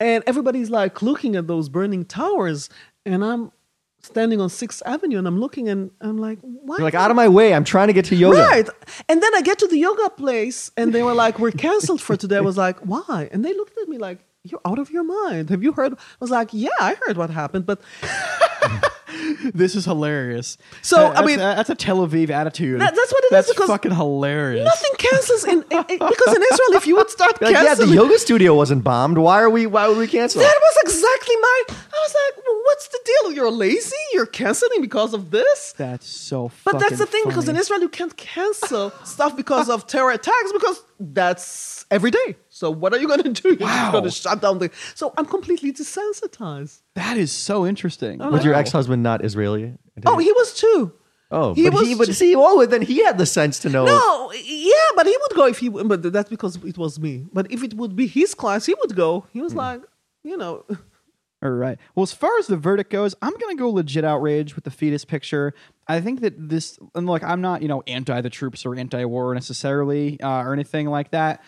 Speaker 3: and everybody's like looking at those burning towers and i'm standing on sixth avenue and i'm looking and i'm like what
Speaker 2: You're like, out of my way. I'm trying to get to yoga.
Speaker 3: Right. And then I get to the yoga place and they were like, we're canceled for today. I was like, why? And they looked at me like, you're out of your mind. Have you heard? I was like, yeah, I heard what happened. But
Speaker 1: This is hilarious.
Speaker 3: So, I
Speaker 1: that's-
Speaker 3: mean-
Speaker 1: that's a Tel Aviv attitude.
Speaker 3: That- that's what it is,
Speaker 1: that's
Speaker 3: because
Speaker 1: fucking hilarious.
Speaker 3: nothing cancels in, in- in- because in Israel, if you would start
Speaker 2: Like,
Speaker 3: canceling.
Speaker 2: yeah, the yoga studio wasn't bombed. Why are we? Why would we cancel?
Speaker 3: that was exactly my. I was like, well, what's the deal? You're lazy? You're canceling because of this?
Speaker 1: That's so.
Speaker 3: But that's
Speaker 1: fucking
Speaker 3: the thing, because in
Speaker 1: funny.
Speaker 3: Israel, you can't cancel stuff because of terror attacks because that's every day. So what are you going to do? You're
Speaker 1: Wow.
Speaker 3: just going to shut down the. So I'm completely desensitized.
Speaker 1: That is so interesting.
Speaker 2: Was your ex-husband not Israeli?
Speaker 3: Oh, he was too.
Speaker 2: oh,
Speaker 3: he
Speaker 2: but
Speaker 3: was
Speaker 2: he would
Speaker 3: ju-
Speaker 2: see. Oh, then he had the sense to know.
Speaker 3: No, yeah, but he would go if he. But that's because it was me. But if it would be his class, he would go. He
Speaker 2: Hmm.
Speaker 3: was like, you know,
Speaker 1: All right. Well, as far as the verdict goes, I'm going to go legit outrage with the fetus picture. I think that this, and look, I'm not, you know, anti the troops or anti war necessarily uh, or anything like that.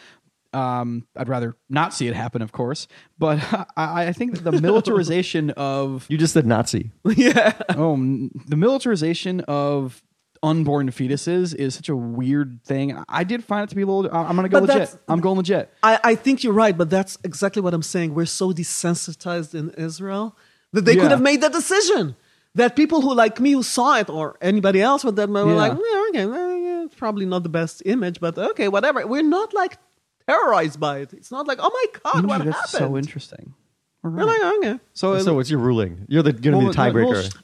Speaker 1: Um, I'd rather not see it happen, of course. But I, I think that the militarization of
Speaker 2: You just said Nazi.
Speaker 3: yeah.
Speaker 1: oh, m- the militarization of unborn fetuses is such a weird thing. I- I did find it to be a little. I- I'm going to go
Speaker 3: But
Speaker 1: legit.
Speaker 3: that's-
Speaker 1: I'm going legit.
Speaker 3: I, I think you're right, but that's exactly what I'm saying. We're so desensitized in Israel that they
Speaker 1: Yeah.
Speaker 3: could have made that decision. That people who like me who saw it or anybody else with that were
Speaker 1: Yeah.
Speaker 3: like, yeah, okay, well, yeah, it's probably not the best image, but okay, whatever. We're not like terrorized by it. It's not like, oh my god, what
Speaker 1: That's
Speaker 3: happened?
Speaker 1: so interesting. All
Speaker 3: We're
Speaker 1: right.
Speaker 3: like, okay.
Speaker 1: So,
Speaker 2: So what's your ruling? You're the going to
Speaker 1: Well,
Speaker 2: be the tiebreaker.
Speaker 1: well,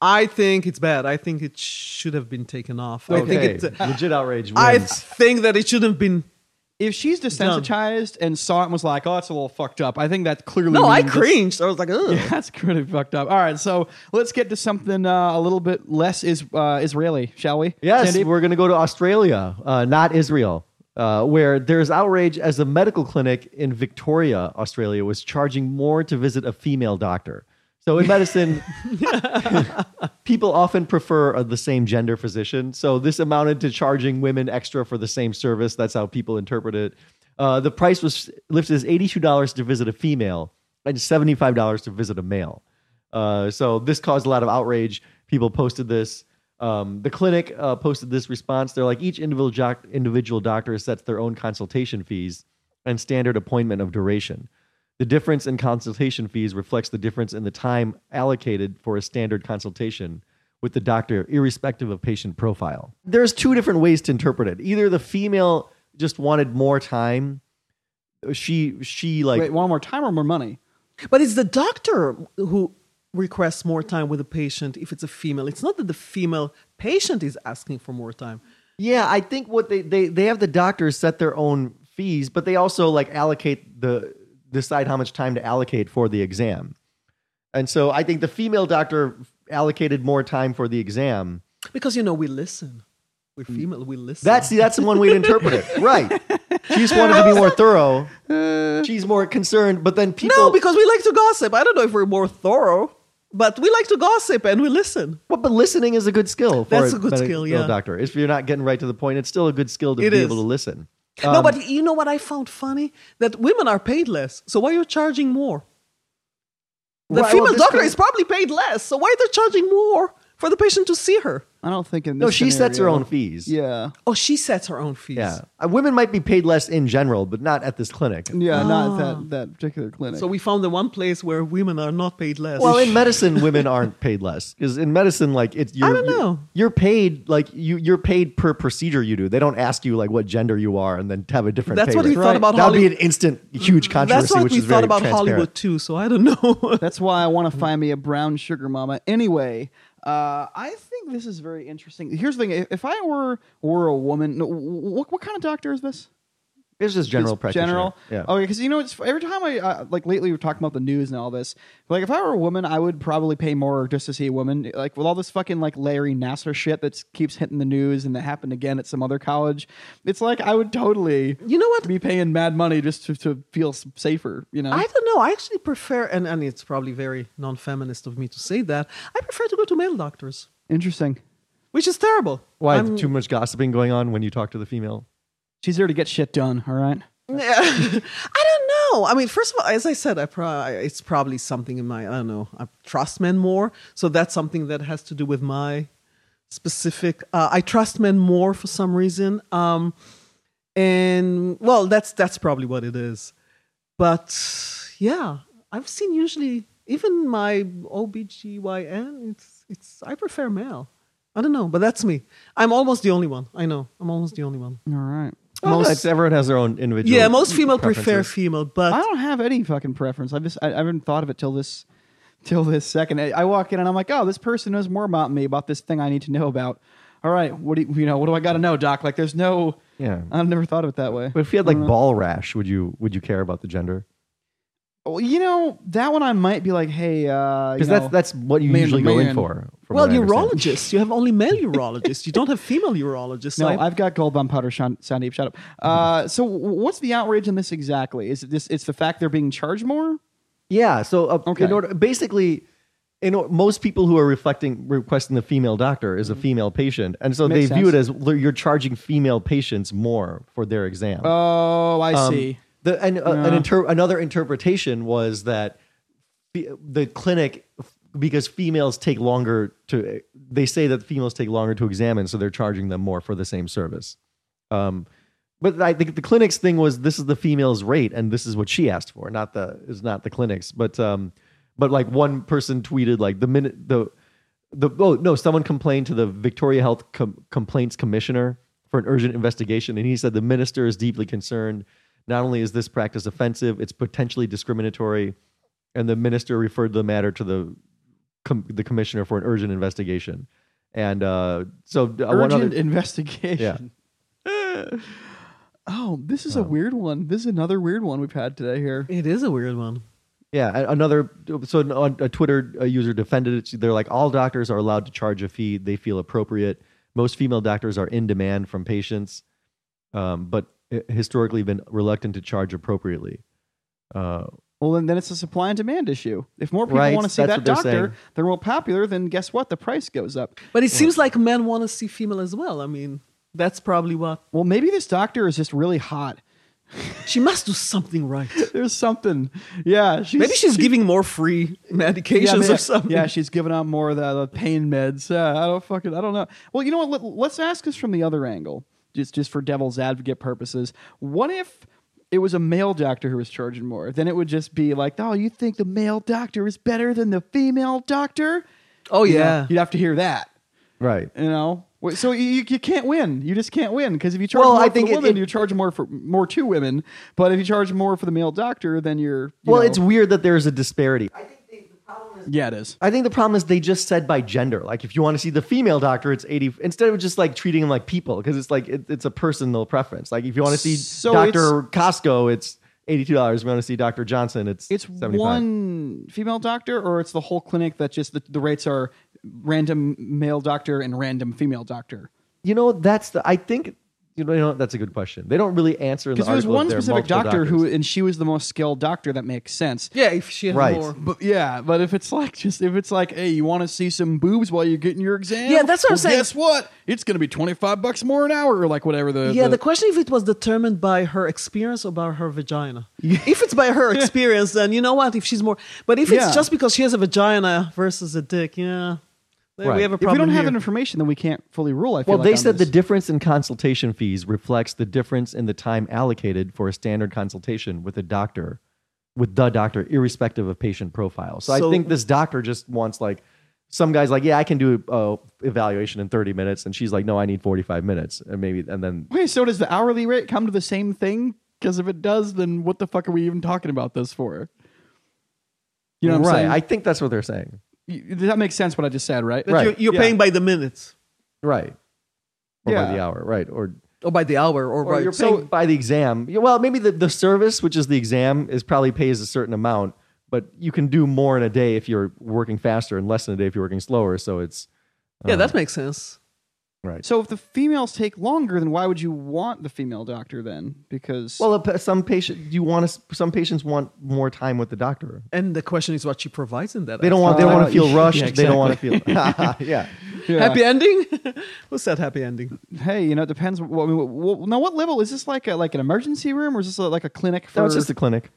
Speaker 3: I think it's bad. I think it should have been taken off. I think
Speaker 2: okay,
Speaker 3: it's. uh,
Speaker 2: legit outrage
Speaker 3: I
Speaker 2: wins.
Speaker 3: think that it shouldn't have been.
Speaker 1: if she's desensitized and saw it and was like, "Oh, that's a little fucked up," I think that clearly.
Speaker 3: No, I
Speaker 1: means it's-
Speaker 3: cringed. I was like, ugh.
Speaker 1: Yeah, that's pretty fucked up. All right, so let's get to something uh, a little bit less is uh, Israeli, shall we?
Speaker 2: Yes,
Speaker 1: Sandeep?
Speaker 2: we're going to go to Australia, uh, not Israel, uh, where there's outrage as a medical clinic in Victoria, Australia, was charging more to visit a female doctor. So in medicine, people often prefer uh, the same gender physician. So this amounted to charging women extra for the same service. That's how people interpret it. Uh, the price was lifted as $82 to visit a female and $75 to visit a male. Uh, so this caused a lot of outrage. People posted this. Um, the clinic uh, posted this response. They're like, each individual, doc- individual doctor sets their own consultation fees and standard appointment of duration. The difference in consultation fees reflects the difference in the time allocated for a standard consultation, with the doctor, irrespective of patient profile. There's two different ways to interpret it. Either the female just wanted more time. She she like
Speaker 1: Wait, one more time or more money?
Speaker 3: But it's the doctor who requests more time with the patient if it's a female. It's not that the female patient is asking for more time.
Speaker 2: Yeah, I think what they they they have the doctors set their own fees, but they also like allocate the decide how much time to allocate for the exam. And so I think the female doctor allocated more time for the exam.
Speaker 3: Because, you know, we listen. We're
Speaker 2: Mm.
Speaker 3: female, we listen.
Speaker 2: That's the that's the one way to interpret it. Right. She just wanted to be more thorough. She's more concerned, but then people
Speaker 3: no, because we like to gossip. I don't know if we're more thorough, but we like to gossip and we listen.
Speaker 2: But, but listening is a good skill. For
Speaker 3: That's a good
Speaker 2: medical
Speaker 3: skill, yeah.
Speaker 2: doctor. If you're not getting right to the point, it's still a good skill to
Speaker 3: It
Speaker 2: be
Speaker 3: is.
Speaker 2: able to listen. Um,
Speaker 3: no, but you know what I found funny? That women are paid less. So why are you charging more? The
Speaker 2: Right, well,
Speaker 3: female
Speaker 2: this
Speaker 3: doctor
Speaker 2: could-
Speaker 3: is probably paid less. So why are they charging more for the patient to see her?
Speaker 1: I don't think in this
Speaker 2: No, she sets her
Speaker 1: scenario-
Speaker 2: own fees.
Speaker 1: Yeah.
Speaker 3: Oh, she sets her own fees.
Speaker 2: Yeah. Uh, women might be paid less in general, but not at this clinic.
Speaker 1: Yeah, not that that particular clinic.
Speaker 3: So we found the one place where women are not paid less.
Speaker 2: Well, in medicine, women aren't paid less because in medicine, like it's you're,
Speaker 3: don't know.
Speaker 2: You're, you're paid like you you're paid per procedure you do. They don't ask you like what gender you are and then have a different.
Speaker 3: That's
Speaker 2: pay
Speaker 3: what we
Speaker 2: rate.
Speaker 3: thought Right. about
Speaker 2: That'd be
Speaker 3: Hollywood.
Speaker 2: an instant huge controversy.
Speaker 3: That's what
Speaker 2: which
Speaker 3: we
Speaker 2: is very
Speaker 3: thought about
Speaker 2: transparent.
Speaker 3: Hollywood too, so I don't know.
Speaker 1: That's why I want to find me a brown sugar mama. Anyway, uh, I think this is very interesting. Here's the thing: if- if I were were a woman, no, what what kind of doctor is this?
Speaker 2: It's just general
Speaker 1: Just
Speaker 2: practitioner.
Speaker 1: General.
Speaker 2: Yeah.
Speaker 3: Oh,
Speaker 1: Okay, because you know, it's every time I uh, like lately we're talking about the news and all this. Like, if I were a woman, I would probably pay more just to see a woman. Like with all this fucking like Larry Nasser shit that keeps hitting the news and that happened again at some other college. It's like I would totally
Speaker 3: You know what?
Speaker 1: be paying mad money just to, to feel s- safer. You know.
Speaker 3: I don't know. I actually prefer, and, and it's probably very non feminist of me to say that, I prefer to go to male doctors,
Speaker 1: Interesting.
Speaker 3: which is terrible.
Speaker 2: Why
Speaker 3: I'm-
Speaker 2: too much gossiping going on when you talk to the female?
Speaker 1: She's there to get shit done. All right.
Speaker 3: I don't know. I mean, first of all, as I said, I pro- it's probably something in my, I don't know, I trust men more. So that's something that has to do with my specific, uh, I trust men more for some reason. Um, and well, that's, that's probably what it is. But yeah, I've seen usually, even my OBGYN, it's, it's, I prefer male. I don't know, but that's me. I'm almost the only one. I know. I'm almost the only one.
Speaker 1: All right.
Speaker 2: Most everyone has their own individual.
Speaker 3: Yeah, most female prefer
Speaker 2: preferences.
Speaker 3: female, but
Speaker 1: I don't have any fucking preference. I just I, I haven't thought of it till this till this second. I, I walk in and I'm like, oh, this person knows more about me about this thing I need to know about. All right, what do you, you know? What do I got to know, Doc? Like, there's no.
Speaker 2: Yeah.
Speaker 1: I've never thought of it that way.
Speaker 2: But if you had like ball rash, would you would you care about the gender?
Speaker 1: Well, you know that one I might be like, hey, uh, you
Speaker 2: Because that's
Speaker 1: know,
Speaker 2: that's what you
Speaker 1: man to
Speaker 2: usually go in
Speaker 1: man.
Speaker 2: for. from
Speaker 3: Well,
Speaker 2: what I understand.
Speaker 3: urologists, you have only male urologists. You don't have female urologists.
Speaker 1: No,
Speaker 3: so I-
Speaker 1: I've got gold bomb powder, Shan- Sandeep. Shut up. Uh, so, w- what's the outrage in this exactly? Is it this? It's the fact they're being charged more.
Speaker 2: Yeah. So uh,
Speaker 1: Okay.
Speaker 2: in order, basically, in or, most people who are reflecting requesting the female doctor is a female patient, and so
Speaker 1: Mm-hmm. Makes
Speaker 2: they view it
Speaker 1: sense.
Speaker 2: as l- you're charging female patients more for their exam.
Speaker 1: Oh, I
Speaker 2: Um,
Speaker 1: see.
Speaker 2: The, and uh, an
Speaker 1: Yeah.
Speaker 2: inter- another interpretation was that the, the clinic, f- because females take longer to, they say that females take longer to examine, so they're charging them more for the same service. Um, but I think the clinic's thing was this is the female's rate, and this is what she asked for, not the is not the clinic's. But um, but like one person tweeted like the minute the the oh no, someone complained to the Victoria Health Com- Complaints Commissioner for an urgent investigation, and he said the minister is deeply concerned. Not only is this practice offensive, it's potentially discriminatory, and the minister referred the matter to the com- the commissioner for an urgent investigation. And uh, so uh,
Speaker 1: urgent
Speaker 2: one other
Speaker 1: investigation. oh, this is a weird one. This is another weird one we've had today here.
Speaker 3: it is a weird one.
Speaker 2: Yeah, a- another. So an- a Twitter uh, user defended it. They're like, all doctors are allowed to charge a fee they feel appropriate. Most female doctors are in demand from patients, um, but i- historically been reluctant to charge appropriately. Uh,
Speaker 1: Well, then, then it's a supply and demand issue. If more people
Speaker 2: Right,
Speaker 1: want to see
Speaker 2: that's
Speaker 1: that
Speaker 2: what they're
Speaker 1: doctor,
Speaker 2: saying.
Speaker 1: they're more popular. Then guess what? The price goes up.
Speaker 3: But it seems like men want to see female as well. I mean, that's probably what
Speaker 1: Well, maybe this doctor is just really hot.
Speaker 3: she must do something right.
Speaker 1: There's something. Yeah, she's,
Speaker 3: Maybe she's giving more free
Speaker 1: yeah,
Speaker 3: medications
Speaker 1: man.
Speaker 3: or something.
Speaker 1: Yeah, she's giving out more of the, the pain meds. Uh, I don't fucking. I don't know. Well, you know what? Let, let's ask this from the other angle, just just for devil's advocate purposes. What if it was a male doctor who was charging more? Then it would just be like, oh, you think the male doctor is better than the female doctor?
Speaker 3: Oh
Speaker 1: You know,
Speaker 3: yeah.
Speaker 1: you'd have to hear that.
Speaker 2: Right.
Speaker 1: You know, Wh- so you, you can't win. You just can't win because if you charge
Speaker 2: Well,
Speaker 1: more
Speaker 2: I
Speaker 1: for
Speaker 2: think
Speaker 1: the
Speaker 2: it-
Speaker 1: woman,
Speaker 2: it-
Speaker 1: you charge more for more to women. But if you charge more for the male doctor, then you're you
Speaker 2: well,
Speaker 1: know-
Speaker 2: it's weird that there's a disparity.
Speaker 1: yeah, it is.
Speaker 2: I think the problem is they just said by gender. Like, if you want to see the female doctor, it's 80, instead of just like treating them like people, because it's like, it, it's a personal preference. Like, if you want to see
Speaker 1: So
Speaker 2: Dr. Costco, it's $82. If you want to see Dr. Johnson, it's,
Speaker 1: It's
Speaker 2: 75.
Speaker 1: one female doctor, or it's the whole clinic that just the, the rates are random male doctor and random female doctor.
Speaker 2: You know, that's the, I think, you know, you know that's a good question. They don't really answer in the
Speaker 1: Because there's
Speaker 2: article if
Speaker 1: one
Speaker 2: there are
Speaker 1: specific
Speaker 2: multiple
Speaker 1: doctor who,
Speaker 2: doctors.
Speaker 1: and she was the most skilled doctor. That makes sense.
Speaker 3: Yeah, if she had
Speaker 2: Right.
Speaker 3: more.
Speaker 1: But yeah, but if it's like just if it's like, hey, you want to see some boobs while you're getting your exam?
Speaker 3: Yeah, that's what I'm
Speaker 1: Well,
Speaker 3: saying.
Speaker 1: Guess what? It's gonna be twenty five bucks more an hour, or like whatever the
Speaker 3: Yeah, the question if it was determined by her experience or by her vagina. If it's by her experience, then you know what? If she's more, but if
Speaker 1: Yeah.
Speaker 3: it's just because she has a vagina versus a dick, yeah, then
Speaker 2: Right.
Speaker 3: we have
Speaker 2: If
Speaker 3: a
Speaker 1: if we don't
Speaker 3: problem.
Speaker 1: have
Speaker 3: here.
Speaker 1: that information, then we can't fully rule. I feel
Speaker 2: Well,
Speaker 1: like,
Speaker 2: they
Speaker 1: on
Speaker 2: said
Speaker 1: this.
Speaker 2: the difference in consultation fees reflects the difference in the time allocated for a standard consultation with a doctor, with the doctor, irrespective of patient profile. So,
Speaker 3: So-
Speaker 2: I think this doctor just wants like some guys like, yeah, I can do uh, evaluation in thirty minutes, and she's like, no, I need forty five minutes, and maybe, and then
Speaker 1: Okay, so does the hourly rate come to the same thing? Because if it does, then what the fuck are we even talking about this for? You know what
Speaker 2: right.
Speaker 1: I'm
Speaker 2: I
Speaker 1: saying?
Speaker 2: think that's what they're saying.
Speaker 1: You- that makes sense what I just said, right?
Speaker 3: That
Speaker 2: Right.
Speaker 3: you're, you're
Speaker 1: Yeah.
Speaker 3: paying by the minutes
Speaker 2: Right. Or by
Speaker 1: Yeah.
Speaker 2: the hour, right? Or
Speaker 3: or by the hour or,
Speaker 2: Or
Speaker 3: by
Speaker 2: you're
Speaker 3: so
Speaker 2: paying by the exam. Yeah, Well, maybe the, the service, which is the exam, is probably pays a certain amount, but you can do more in a day if you're working faster and less in a day if you're working slower. So it's
Speaker 3: yeah,
Speaker 1: Uh-huh.
Speaker 3: that makes sense.
Speaker 2: right.
Speaker 1: So if the females take longer, then why would you want the female doctor then? Because
Speaker 2: Well, a pa- some patient you want to, some patients want more time with the doctor.
Speaker 3: And the question is what she provides in that.
Speaker 2: They don't want they
Speaker 1: Uh,
Speaker 2: don't want to feel
Speaker 1: yeah,
Speaker 2: rushed. They don't want to feel yeah.
Speaker 1: Yeah.
Speaker 3: happy ending. Who said happy ending?
Speaker 1: hey, you know, it depends. What, what, what, now, what level is this? Like a like an emergency room, or is this a, like a clinic for?
Speaker 2: No, it's just a clinic.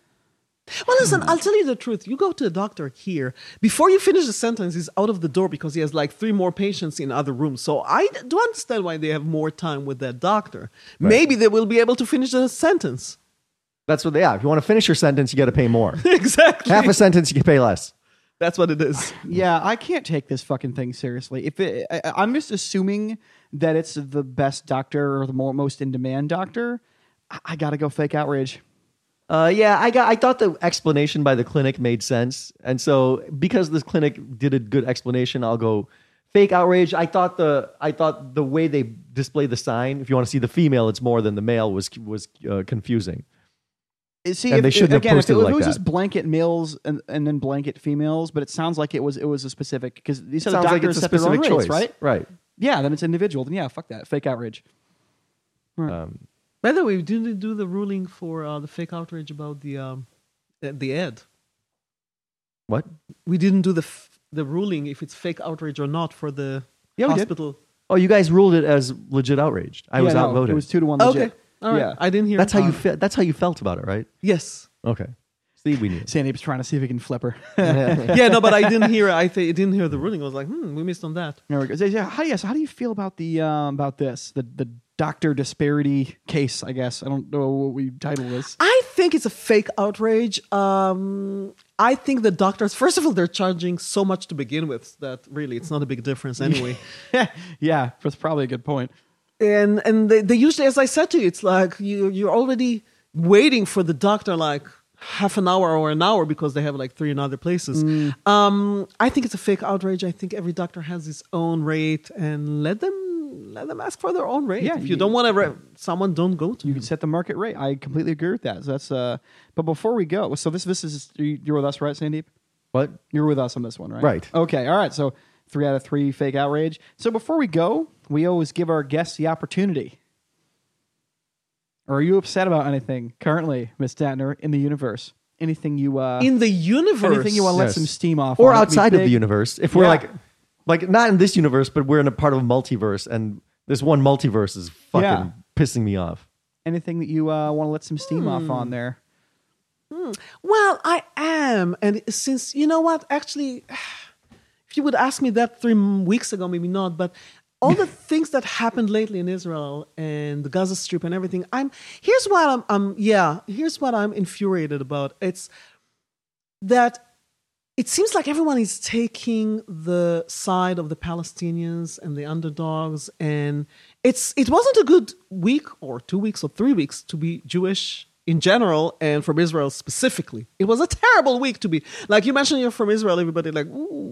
Speaker 3: Well, listen, I'll tell you the truth. You go to a doctor here, before you finish the sentence, he's out of the door because he has like three more patients in other rooms. So I d- do understand why they have more time with that doctor. Maybe they will be able to finish the sentence.
Speaker 2: That's what they have. If you want to finish your sentence, you got to pay more.
Speaker 3: exactly.
Speaker 2: Half a sentence, you can pay less.
Speaker 3: That's what it is.
Speaker 1: yeah, I can't take this fucking thing seriously. If it, I, I- I'm just assuming that it's the best doctor or the more, most in demand doctor, I, I gotta go fake outrage.
Speaker 2: Uh, yeah, I got. I thought the explanation by the clinic made sense, and so because this clinic did a good explanation, I'll go fake outrage. I thought the I thought the way they display the sign, if you want to see the female, it's more than the male was was uh, confusing.
Speaker 1: See,
Speaker 2: And
Speaker 1: if,
Speaker 2: they shouldn't have
Speaker 1: again, if
Speaker 2: posted
Speaker 1: it,
Speaker 2: it
Speaker 1: if
Speaker 2: like
Speaker 1: it was
Speaker 2: that.
Speaker 1: just blanket males and, and then blanket females, but it sounds like it was it was a specific because you said the
Speaker 2: Sounds
Speaker 1: doctors
Speaker 2: like it's a
Speaker 1: set their own
Speaker 2: specific
Speaker 1: rates,
Speaker 2: choice,
Speaker 1: right?
Speaker 2: Right.
Speaker 1: Yeah, then it's individual. Then yeah, fuck that fake outrage.
Speaker 2: Um,
Speaker 3: By the way, we didn't do the ruling for uh, the fake outrage about the, um, uh, the ad.
Speaker 2: What?
Speaker 3: We didn't do the, f- the ruling if it's fake outrage or not for the
Speaker 1: Yeah, we did.
Speaker 3: hospital.
Speaker 2: Oh, you guys ruled it as legit outraged. I
Speaker 1: Yeah,
Speaker 2: was
Speaker 1: no,
Speaker 2: outvoted.
Speaker 1: It was two to one.
Speaker 3: Okay.
Speaker 1: Legit.
Speaker 3: All right.
Speaker 1: Yeah.
Speaker 3: I didn't hear
Speaker 2: that's how you
Speaker 3: Um,
Speaker 2: fe- that's how you felt about it, right?
Speaker 3: Yes.
Speaker 2: Okay. See, we knew.
Speaker 1: Sandy's trying to see if he can flip her.
Speaker 3: yeah, no, but I didn't hear. I th- didn't hear the ruling. I was like, hmm, we missed on that.
Speaker 1: There we go. So, yeah, How, yeah, so how do you feel about the um, about this the the doctor disparity case? I guess I don't know what we title this.
Speaker 3: I think it's a fake outrage. Um, I think the doctors, first of all, they're charging so much to begin with that really it's not a big difference anyway.
Speaker 1: yeah, that's probably a good point.
Speaker 3: and and they, they usually, as I said to you, it's like you you're already waiting for the doctor like half an hour or an hour because they have like three in other places.
Speaker 1: Mm.
Speaker 3: Um, I think it's a fake outrage. I think every doctor has his own rate, and let them let them ask for their own rate.
Speaker 1: Yeah,
Speaker 3: if you,
Speaker 1: you-
Speaker 3: don't want to, re- someone don't go to.
Speaker 1: You can set the market rate. I completely agree with that. So that's uh. But before we go, so this this is you- you're with us, right, Sandeep?
Speaker 2: What?
Speaker 1: You're with us on this one, right?
Speaker 2: Right.
Speaker 1: Okay. All right. So three out of three fake outrage. So before we go, we always give our guests the opportunity. Are you upset about anything currently, Miss Datner, in the universe? Anything you uh
Speaker 3: in the universe.
Speaker 1: anything you want to let
Speaker 2: Yes.
Speaker 1: some steam off,
Speaker 2: or
Speaker 1: on. It'd be
Speaker 2: outside of the
Speaker 1: big.
Speaker 2: universe. If we're
Speaker 1: Yeah.
Speaker 2: like, like not in this universe, but we're in a part of a multiverse, and this one multiverse is fucking
Speaker 1: Yeah.
Speaker 2: pissing me off.
Speaker 1: anything that you uh, want to let some steam off on there.
Speaker 3: Well, I am, and since you know what, actually, if you would ask me that three m- weeks ago, maybe not, but all the things that happened lately in Israel and the Gaza Strip and everything, I'm here's what I'm, I'm yeah, here's what I'm infuriated about. It's that it seems like everyone is taking the side of the Palestinians and the underdogs, and it's it wasn't a good week or two weeks or three weeks to be Jewish in general and from Israel specifically. It was a terrible week to be like you mentioned. You're from Israel, everybody like ooh.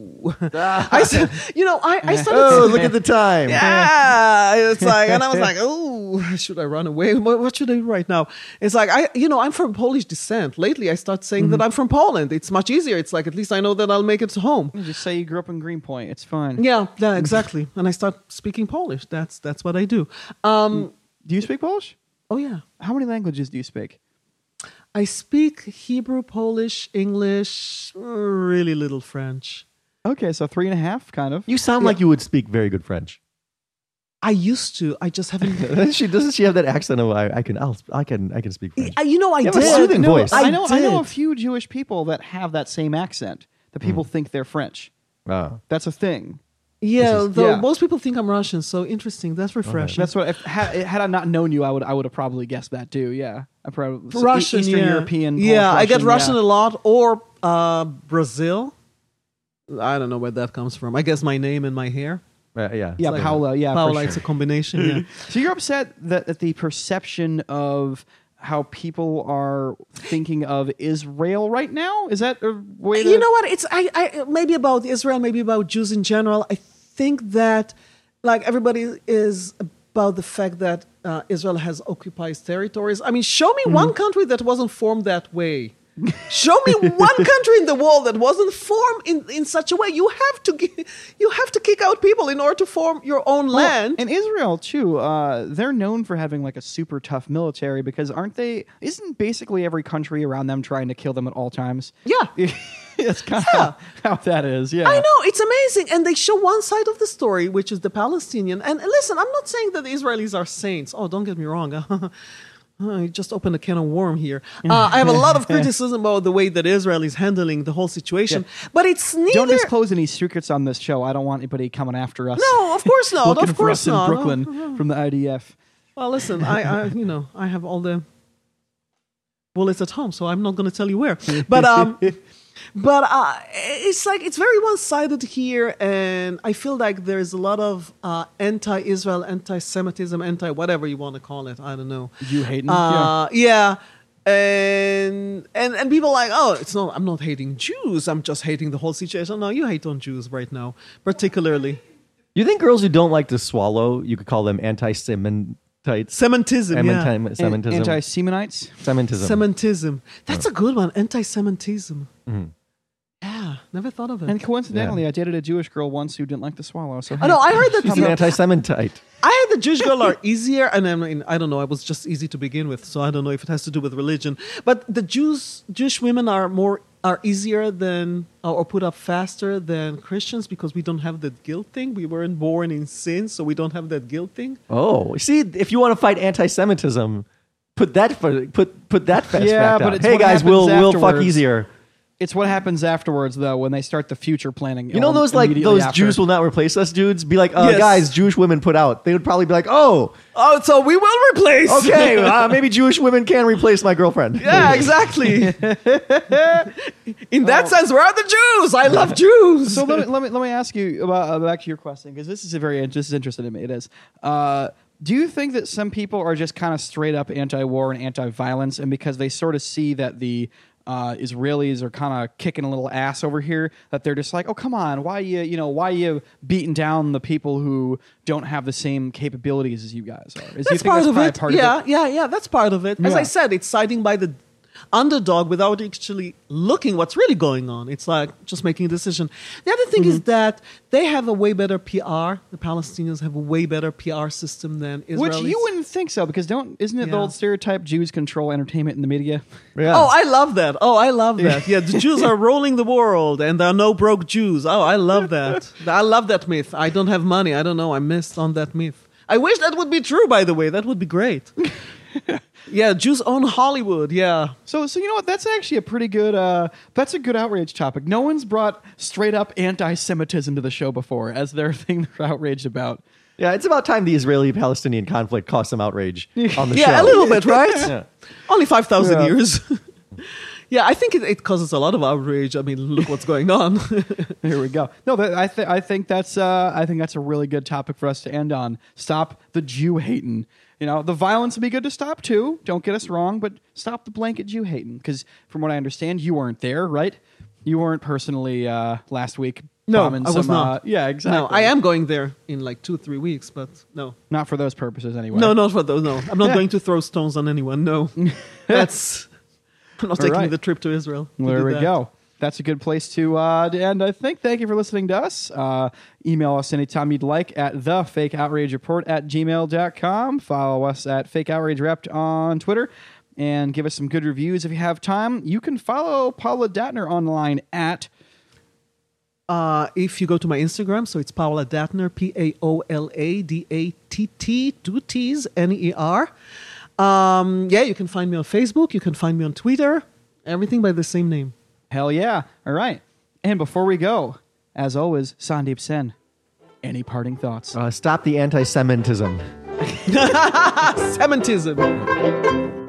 Speaker 3: I said, you know, I, I started.
Speaker 2: Oh, look at the time.
Speaker 3: Yeah, it's like, and I was like, oh, should I run away? What, what should I do right now? It's like I, you know, I'm from Polish descent. Lately, I start saying
Speaker 2: Mm-hmm.
Speaker 3: that I'm from Poland. It's much easier. It's like at least I know that I'll make it home.
Speaker 1: You Just say you grew up in Greenpoint. It's fine.
Speaker 3: Yeah,
Speaker 2: Mm-hmm.
Speaker 3: yeah, exactly. and I start speaking Polish. That's that's what I do.
Speaker 2: Mm.
Speaker 3: Um,
Speaker 1: Do you speak Polish?
Speaker 3: oh yeah,
Speaker 1: How many languages do you speak?
Speaker 3: I speak Hebrew, Polish, English, really little French.
Speaker 1: Okay, so three and a half, kind of.
Speaker 2: You sound like you would speak very good French.
Speaker 3: I used to. I just haven't.
Speaker 2: she doesn't. She have that accent of I, I can. I'll, I can. I can speak French.
Speaker 3: I- you know, I
Speaker 2: You have a
Speaker 3: did.
Speaker 2: soothing
Speaker 1: I know-
Speaker 2: voice.
Speaker 1: I know, I know a
Speaker 3: did.
Speaker 1: few Jewish people that have that same accent. That
Speaker 2: Hmm.
Speaker 1: people think they're French.
Speaker 2: Wow.
Speaker 1: That's a thing.
Speaker 3: Yeah,
Speaker 1: is-
Speaker 3: though
Speaker 1: yeah.
Speaker 3: most people think I'm Russian, so interesting. That's refreshing.
Speaker 1: That's what. If, had, had I not known you, I would. I would have probably guessed that too. Yeah, I probably so E-
Speaker 3: Russian,
Speaker 1: Eastern
Speaker 3: yeah.
Speaker 1: European. Polish,
Speaker 3: yeah, I get Russian
Speaker 1: yeah.
Speaker 3: a lot, or uh, Brazil. I don't know where that comes from. I guess my name and my hair.
Speaker 2: Uh, yeah.
Speaker 1: Yeah, Paola. Yeah, for
Speaker 3: Paola,
Speaker 1: sure.
Speaker 3: it's a combination. Yeah.
Speaker 1: So you're upset that, that the perception of how people are thinking of Israel right now is that a way? To,
Speaker 3: you know what? It's I, I maybe about Israel, maybe about Jews in general. I think that like everybody is about the fact that uh, Israel has occupies territories. I mean, show
Speaker 1: Hmm.
Speaker 3: me one country that wasn't formed that way. show me one country in the world that wasn't formed in, in such a way. You have to gi- you have to kick out people in order to form your own
Speaker 1: Well,
Speaker 3: land.
Speaker 1: and Israel too. Uh, they're known for having like a super tough military because aren't they? Isn't basically every country around them trying to kill them at all times?
Speaker 3: yeah.
Speaker 1: That's kind
Speaker 3: Yeah.
Speaker 1: of how that is. Yeah,
Speaker 3: I know it's amazing, and they show one side of the story, which is the Palestinian. And listen, I'm not saying that the Israelis are saints. Oh, don't get me wrong. I just opened a can of worm here. Uh, I have a lot of criticism about the way that Israel is handling the whole situation, but it's neither.
Speaker 1: Don't disclose any secrets on this show. I don't want anybody coming after us.
Speaker 3: no, of course not.
Speaker 1: looking
Speaker 3: of
Speaker 1: for
Speaker 3: course
Speaker 1: us in
Speaker 3: not.
Speaker 1: Brooklyn from the IDF.
Speaker 3: Well, listen, I, I, you know, I have all the bullets at home, so I'm not going to tell you where. But um, but uh, it's like it's very one-sided here, and I feel like there is a lot of uh, anti-Israel, anti-Semitism, anti-whatever you want to call it. I don't know.
Speaker 1: You hating?
Speaker 3: Uh, yeah. And and and people like, oh, it's not. I'm not hating Jews. I'm just hating the whole situation. No, you hate on Jews right now, particularly
Speaker 2: You think girls who don't like to swallow, you could call them anti-Semitites?
Speaker 3: Semitism. yeah.
Speaker 2: Semitism.
Speaker 1: yeah.
Speaker 2: Semitism.
Speaker 1: Anti-Seminites.
Speaker 2: Semitism.
Speaker 3: Semantism. That's a good one. Anti-Semitism. Yeah, never thought of
Speaker 1: And
Speaker 3: it.
Speaker 1: coincidentally, I dated a Jewish girl once who didn't like to swallow. So
Speaker 3: Oh, I know. I heard that.
Speaker 2: She's
Speaker 3: the-
Speaker 2: an anti-Semitite.
Speaker 3: I heard the Jewish girl are easier, and I mean, I don't know. I was just easy to begin with, so I don't know if it has to do with religion. But the Jews, Jewish women are more are easier than or put up faster than Christians because we don't have that guilt thing. We weren't born in sin, so we don't have that guilt thing.
Speaker 2: Oh, see, if you want to fight anti-Semitism, put that for, put put that fast
Speaker 1: Yeah,
Speaker 2: fact
Speaker 1: but
Speaker 2: out.
Speaker 1: it's
Speaker 2: hey
Speaker 1: what
Speaker 2: guys, we'll
Speaker 1: happens
Speaker 2: we'll fuck
Speaker 1: afterwards.
Speaker 2: easier.
Speaker 1: it's what happens afterwards, though, when they start the future planning.
Speaker 2: You know those like those Jews will not replace us dudes. Be like, uh,
Speaker 3: Yes.
Speaker 2: guys, Jewish women put out. They would probably be like, oh,
Speaker 3: Oh, so we will replace.
Speaker 2: okay, uh, maybe Jewish women can replace my girlfriend.
Speaker 3: Yeah, exactly. In that sense, we're the Jews. I love Jews.
Speaker 1: So let me, let me let me ask you about uh, back to your question because this is a very this is interesting to me. It is. Uh, do you think that some people are just kind of straight up anti-war and anti-violence, and because they sort of see that the uh, Israelis are kind of kicking a little ass over here, that they're just like, oh come on, why you you know why you beating down the people who don't have the same capabilities as you guys are? Is do you
Speaker 3: that's
Speaker 1: think
Speaker 3: part of
Speaker 1: probably
Speaker 3: it. yeah, yeah, yeah. That's part of it. As I
Speaker 1: Yeah.
Speaker 3: said, it's siding by the underdog without actually looking what's really going on. It's like just making a decision. The other thing
Speaker 1: Mm-hmm.
Speaker 3: is that they have a way better PR. The Palestinians have a way better PR system than Israelis.
Speaker 1: Which you wouldn't think so, because don't isn't it the
Speaker 3: Yeah.
Speaker 1: old stereotype Jews control entertainment in the media?
Speaker 2: Yeah.
Speaker 3: Oh, I love that. Oh, I love that. Yeah, the Jews are ruling the world and there are no broke Jews. Oh, I love that. I love that myth. I don't have money. I don't know. I missed on that myth. I wish that would be true, by the way. That would be great. yeah, Jews own Hollywood. Yeah.
Speaker 1: So, so you know what? That's actually a pretty good. Uh, that's a good outrage topic. No one's brought straight up anti-Semitism to the show before as their thing they're outraged about.
Speaker 2: Yeah, it's about time the Israeli-Palestinian conflict caused some outrage on the show.
Speaker 3: Yeah, a little bit, right?
Speaker 2: Yeah.
Speaker 3: Only 5,000
Speaker 1: Yeah.
Speaker 3: years. Yeah, I think it, it causes a lot of outrage. I mean, look what's going on.
Speaker 1: Here we go. No, that, I th- I think that's uh, I think that's a really good topic for us to end on. Stop the Jew hating. You know, the violence would be good to stop too. Don't get us wrong, but stop the blanket Jew hating. Because from what I understand, you weren't there, right? You weren't personally uh, last week.
Speaker 3: No,
Speaker 1: bombing
Speaker 3: I was
Speaker 1: some,
Speaker 3: not.
Speaker 1: uh, yeah, exactly.
Speaker 3: No, I am going there in like two, three weeks, but no.
Speaker 1: not for those purposes anyway.
Speaker 3: No, not for those. No, I'm not going to throw stones on anyone. No, that's. I'm not
Speaker 1: All
Speaker 3: taking
Speaker 1: right.
Speaker 3: the trip to Israel. to
Speaker 1: There
Speaker 3: do
Speaker 1: we
Speaker 3: that.
Speaker 1: go. That's a good place to, uh, to end, I think. Thank you for listening to us. Uh, email us anytime you'd like at thefakeoutragereport at gmail.com. Follow us at Fake Outrage Rept on Twitter and give us some good reviews if you have time. You can follow Paula Datner online at
Speaker 3: Uh, if you go to my Instagram, so it's Paola Datner, P A O L A D A T T, two T's, N E R. Um, yeah, you can find me on Facebook. You can find me on Twitter. Everything by the same name.
Speaker 1: Hell Yeah. All right. And before we go, as always, Sandeep Sen, any parting thoughts?
Speaker 2: Uh, stop the anti Semitism.
Speaker 3: Semitism.